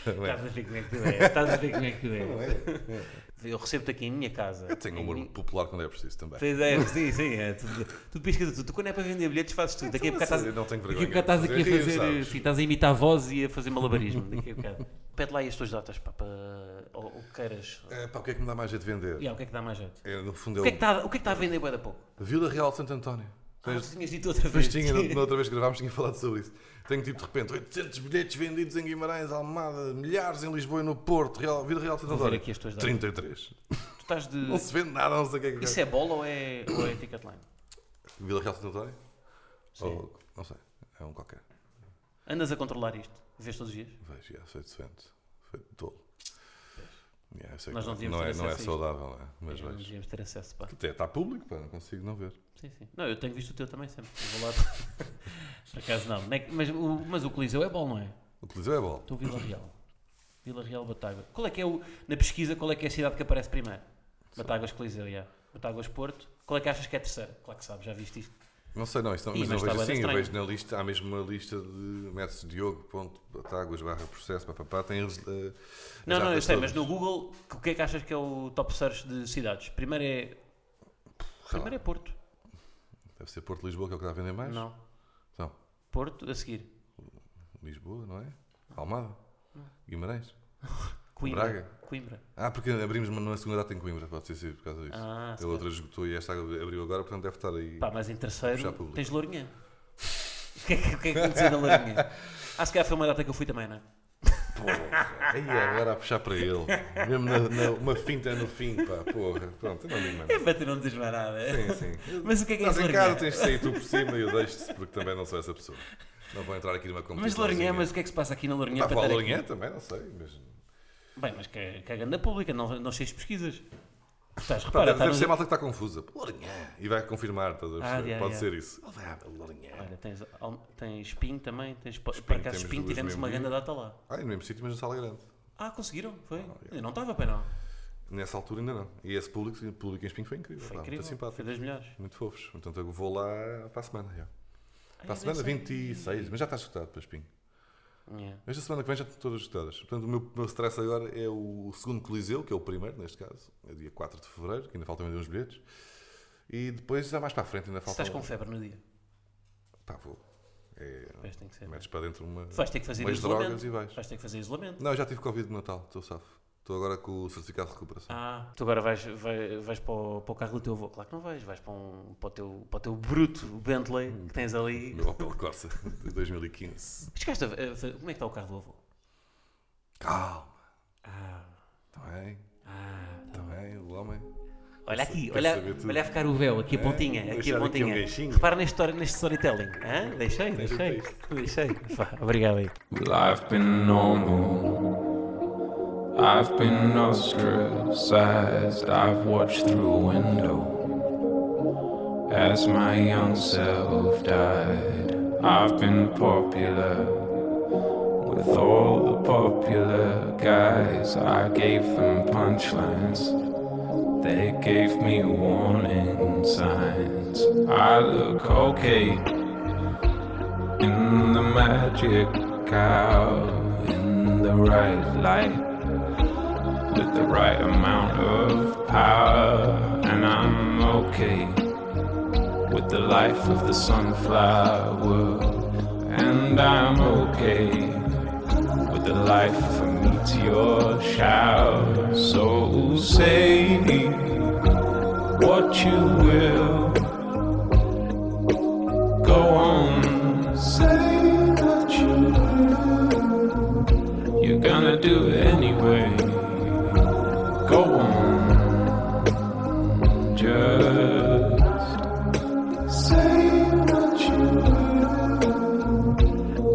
Speaker 3: também.
Speaker 2: Estás a ver como é que tu és, estás a ver como é que tu
Speaker 3: Não
Speaker 2: és.
Speaker 3: é?
Speaker 2: Eu recebo-te aqui em minha casa.
Speaker 3: Eu tenho um
Speaker 2: Em
Speaker 3: humor
Speaker 2: minha-
Speaker 3: popular quando é preciso também.
Speaker 2: Pois é, sim, sim, é. Tu, tu piscas tudo. Tu, quando é para vender bilhetes, fazes tudo. Daqui a bocado estás,
Speaker 3: Então, Eu não tenho
Speaker 2: daqui a
Speaker 3: vergonha.
Speaker 2: bocado estás aqui a
Speaker 3: Rio,
Speaker 2: fazer.
Speaker 3: sabes?
Speaker 2: Sim, estás a imitar vozes e a fazer malabarismo. Daqui a bocado. Pede lá aí as tuas datas, pá, para. Ou ou queiras.
Speaker 3: É, pá, o que é que me dá mais jeito de vender?
Speaker 2: Yeah, o que é que dá mais jeito?
Speaker 3: É, no
Speaker 2: O
Speaker 3: fundo, é
Speaker 2: que é que está, o que é que está a vender bué da pouco?
Speaker 3: o- Vila Real de Santo António.
Speaker 2: Ah, tu tinhas dito outra vez.
Speaker 3: Mas tinha, na- na outra vez que gravámos, tinha falado sobre isso. Tenho tipo de repente 800 bilhetes vendidos em Guimarães, Almada, milhares em Lisboa e no Porto, Real, Vila Real de Santo
Speaker 2: Vou ver
Speaker 3: António.
Speaker 2: aqui as tuas datas.
Speaker 3: 33.
Speaker 2: Tu estás de.
Speaker 3: Não se vende nada, não sei o que é que
Speaker 2: Isso é bola ou é, ou é Ticketline?
Speaker 3: Vila Real de Santo António?
Speaker 2: Sim.
Speaker 3: Ou, não sei, é um qualquer.
Speaker 2: Andas a controlar isto? Vês todos os dias?
Speaker 3: Vejo, yeah, foi doente, foi tolo. Yeah, eu sei
Speaker 2: Nós
Speaker 3: que
Speaker 2: não devíamos
Speaker 3: não é,
Speaker 2: ter
Speaker 3: não é
Speaker 2: acesso a isto.
Speaker 3: saudável, não é? mas
Speaker 2: Não
Speaker 3: vejo.
Speaker 2: devíamos ter acesso, pá.
Speaker 3: Até está público, pá, não consigo não ver.
Speaker 2: Sim, sim. Não, eu tenho visto o teu também sempre. Eu vou lá. Por acaso não. Mas, mas o, mas o Coliseu é bola, não é?
Speaker 3: O Coliseu é bom.
Speaker 2: Estou Vila Real. Vila Real, Batáguas. Qual é que é o. Na pesquisa, qual é que é a cidade que aparece primeiro? Batáguas, Coliseu, já. Batáguas, Porto. Qual é que achas que é a terceira? Claro que sabes, já viste isto.
Speaker 3: Não sei, não, isso não,
Speaker 2: Ih,
Speaker 3: mas,
Speaker 2: mas
Speaker 3: não
Speaker 2: está
Speaker 3: vejo
Speaker 2: bem
Speaker 3: assim. Eu
Speaker 2: estranho.
Speaker 3: vejo na lista, há mesmo uma lista de métodos Diogo, ponto, Batáguas, barra processo, papapá, tem eles. eh, as
Speaker 2: Não, não, eu
Speaker 3: datas
Speaker 2: sei, mas no
Speaker 3: todas.
Speaker 2: Google, que- o que é que achas que é o top search de cidades? Primeiro é. Primeiro é Porto.
Speaker 3: Deve ser Porto de Lisboa, que é o que está a vender mais?
Speaker 2: Não.
Speaker 3: Então,
Speaker 2: Porto, a seguir.
Speaker 3: Lisboa, não é? Almada? Guimarães?
Speaker 2: Coimbra.
Speaker 3: Braga.
Speaker 2: Coimbra.
Speaker 3: Ah, porque abrimos uma na segunda data em Coimbra, pode ser sim, por causa disso.
Speaker 2: Ah,
Speaker 3: a
Speaker 2: sim.
Speaker 3: outra esgotou e esta abriu agora, portanto deve estar aí.
Speaker 2: Pá, mas em terceiro
Speaker 3: Puxar público.
Speaker 2: tens Lourinhã. O que é que, o que, é que aconteceu na Lourinhã? Ah, se calhar foi uma data que eu fui também, não é?
Speaker 3: Porra, aí é, agora a puxar para ele. Mesmo na, na- uma finta no fim, pá, porra. Pronto, eu não digo mais.
Speaker 2: É
Speaker 3: nada.
Speaker 2: para tu não dizes mais nada.
Speaker 3: Sim, sim.
Speaker 2: Mas o que é que é
Speaker 3: Estás
Speaker 2: isso,
Speaker 3: em casa,
Speaker 2: Lourinhã?
Speaker 3: tens de sair tu por cima e eu deixo-te, porque também não sou essa pessoa. Não vou entrar aqui numa competição.
Speaker 2: Mas Lourinhã, mas o que é que se passa aqui na Lourinhã
Speaker 3: Estava a
Speaker 2: estar
Speaker 3: Lourinhã também, não sei. Mas...
Speaker 2: aqui? Bem, mas que, que a ganda pública, não, não cheias pesquisas. Estás,
Speaker 3: Pá,
Speaker 2: repara, está
Speaker 3: deve, deve
Speaker 2: tá no... Ah,
Speaker 3: ser malta que está confusa. Lourinhã. E vai confirmar, estás a perceber?
Speaker 2: yeah,
Speaker 3: Pode
Speaker 2: yeah.
Speaker 3: ser isso. Ele vai à Lourinhã.
Speaker 2: Olha, tens, al- tens Espinho também, tens, pa- por acaso
Speaker 3: temos
Speaker 2: Espinho,
Speaker 3: duas
Speaker 2: tivemos
Speaker 3: no
Speaker 2: uma
Speaker 3: mesmo
Speaker 2: ganda data lá.
Speaker 3: Ah, e no mesmo sítio, mas na sala grande.
Speaker 2: Ah, conseguiram? Foi? Eu não estava, pai, não.
Speaker 3: Nessa altura ainda não. E esse público, o público em Espinho foi incrível.
Speaker 2: Foi
Speaker 3: pá,
Speaker 2: incrível,
Speaker 3: Muito então simpático.
Speaker 2: foi das melhores.
Speaker 3: Muito fofos. Portanto, eu vou lá para a semana. já.
Speaker 2: Ai,
Speaker 3: Para a
Speaker 2: eu
Speaker 3: semana
Speaker 2: nem
Speaker 3: 26, mas já está escutado para Espinho.
Speaker 2: sei. Yeah.
Speaker 3: Esta semana que vem já estão todas esgotadas. Portanto, o meu, o meu stress agora é o segundo Coliseu, que é o primeiro, neste caso, é dia 4 de fevereiro, que ainda faltam ainda uns bilhetes. E depois, já mais para a frente, ainda
Speaker 2: Se
Speaker 3: faltam.
Speaker 2: estás com febre no dia,
Speaker 3: Pá, vou. É,
Speaker 2: depois tem que ser.
Speaker 3: metes para dentro uma,
Speaker 2: Vais ter que fazer
Speaker 3: umas drogas e
Speaker 2: isolamento.
Speaker 3: vais.
Speaker 2: Vais ter que fazer isolamento.
Speaker 3: Não, eu já tive Covid de Natal, estou safo. Estou agora com o certificado de recuperação.
Speaker 2: Ah, tu agora vais, vai- vais para, o, para o carro do teu avô. Claro que não vais, vais para, um, para, o, teu, para o teu bruto Bentley que tens ali.
Speaker 3: Meu Opel Corsa de 2015.
Speaker 2: Chegaste a, a, fa- como é que está o carro do avô?
Speaker 3: Calma,
Speaker 2: Ah,
Speaker 3: está bem,
Speaker 2: ah.
Speaker 3: está bem, o homem.
Speaker 2: Olha aqui,
Speaker 3: Quer
Speaker 2: olha,
Speaker 3: saber tudo. É.
Speaker 2: olha a ficar o véu, aqui a pontinha, aqui
Speaker 3: deixar
Speaker 2: a
Speaker 3: aqui
Speaker 2: pontinha.
Speaker 3: um ganchinho.
Speaker 2: Repara neste, story- neste storytelling. Hã? Deixei, deixei,
Speaker 3: É.
Speaker 2: deixei. Vá, Obrigado aí.
Speaker 5: Well, I've been normal. I've been ostracized. I've watched through a window as my young self died. I've been popular with all the popular guys. I gave them punchlines. They gave me warning signs. I look okay in the magic cow in the right light with the right amount of power and I'm okay with the life of the sunflower and I'm okay with the life of a meteor shower so say what you will go on say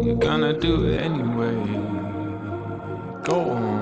Speaker 5: You're gonna do it anyway. Go on.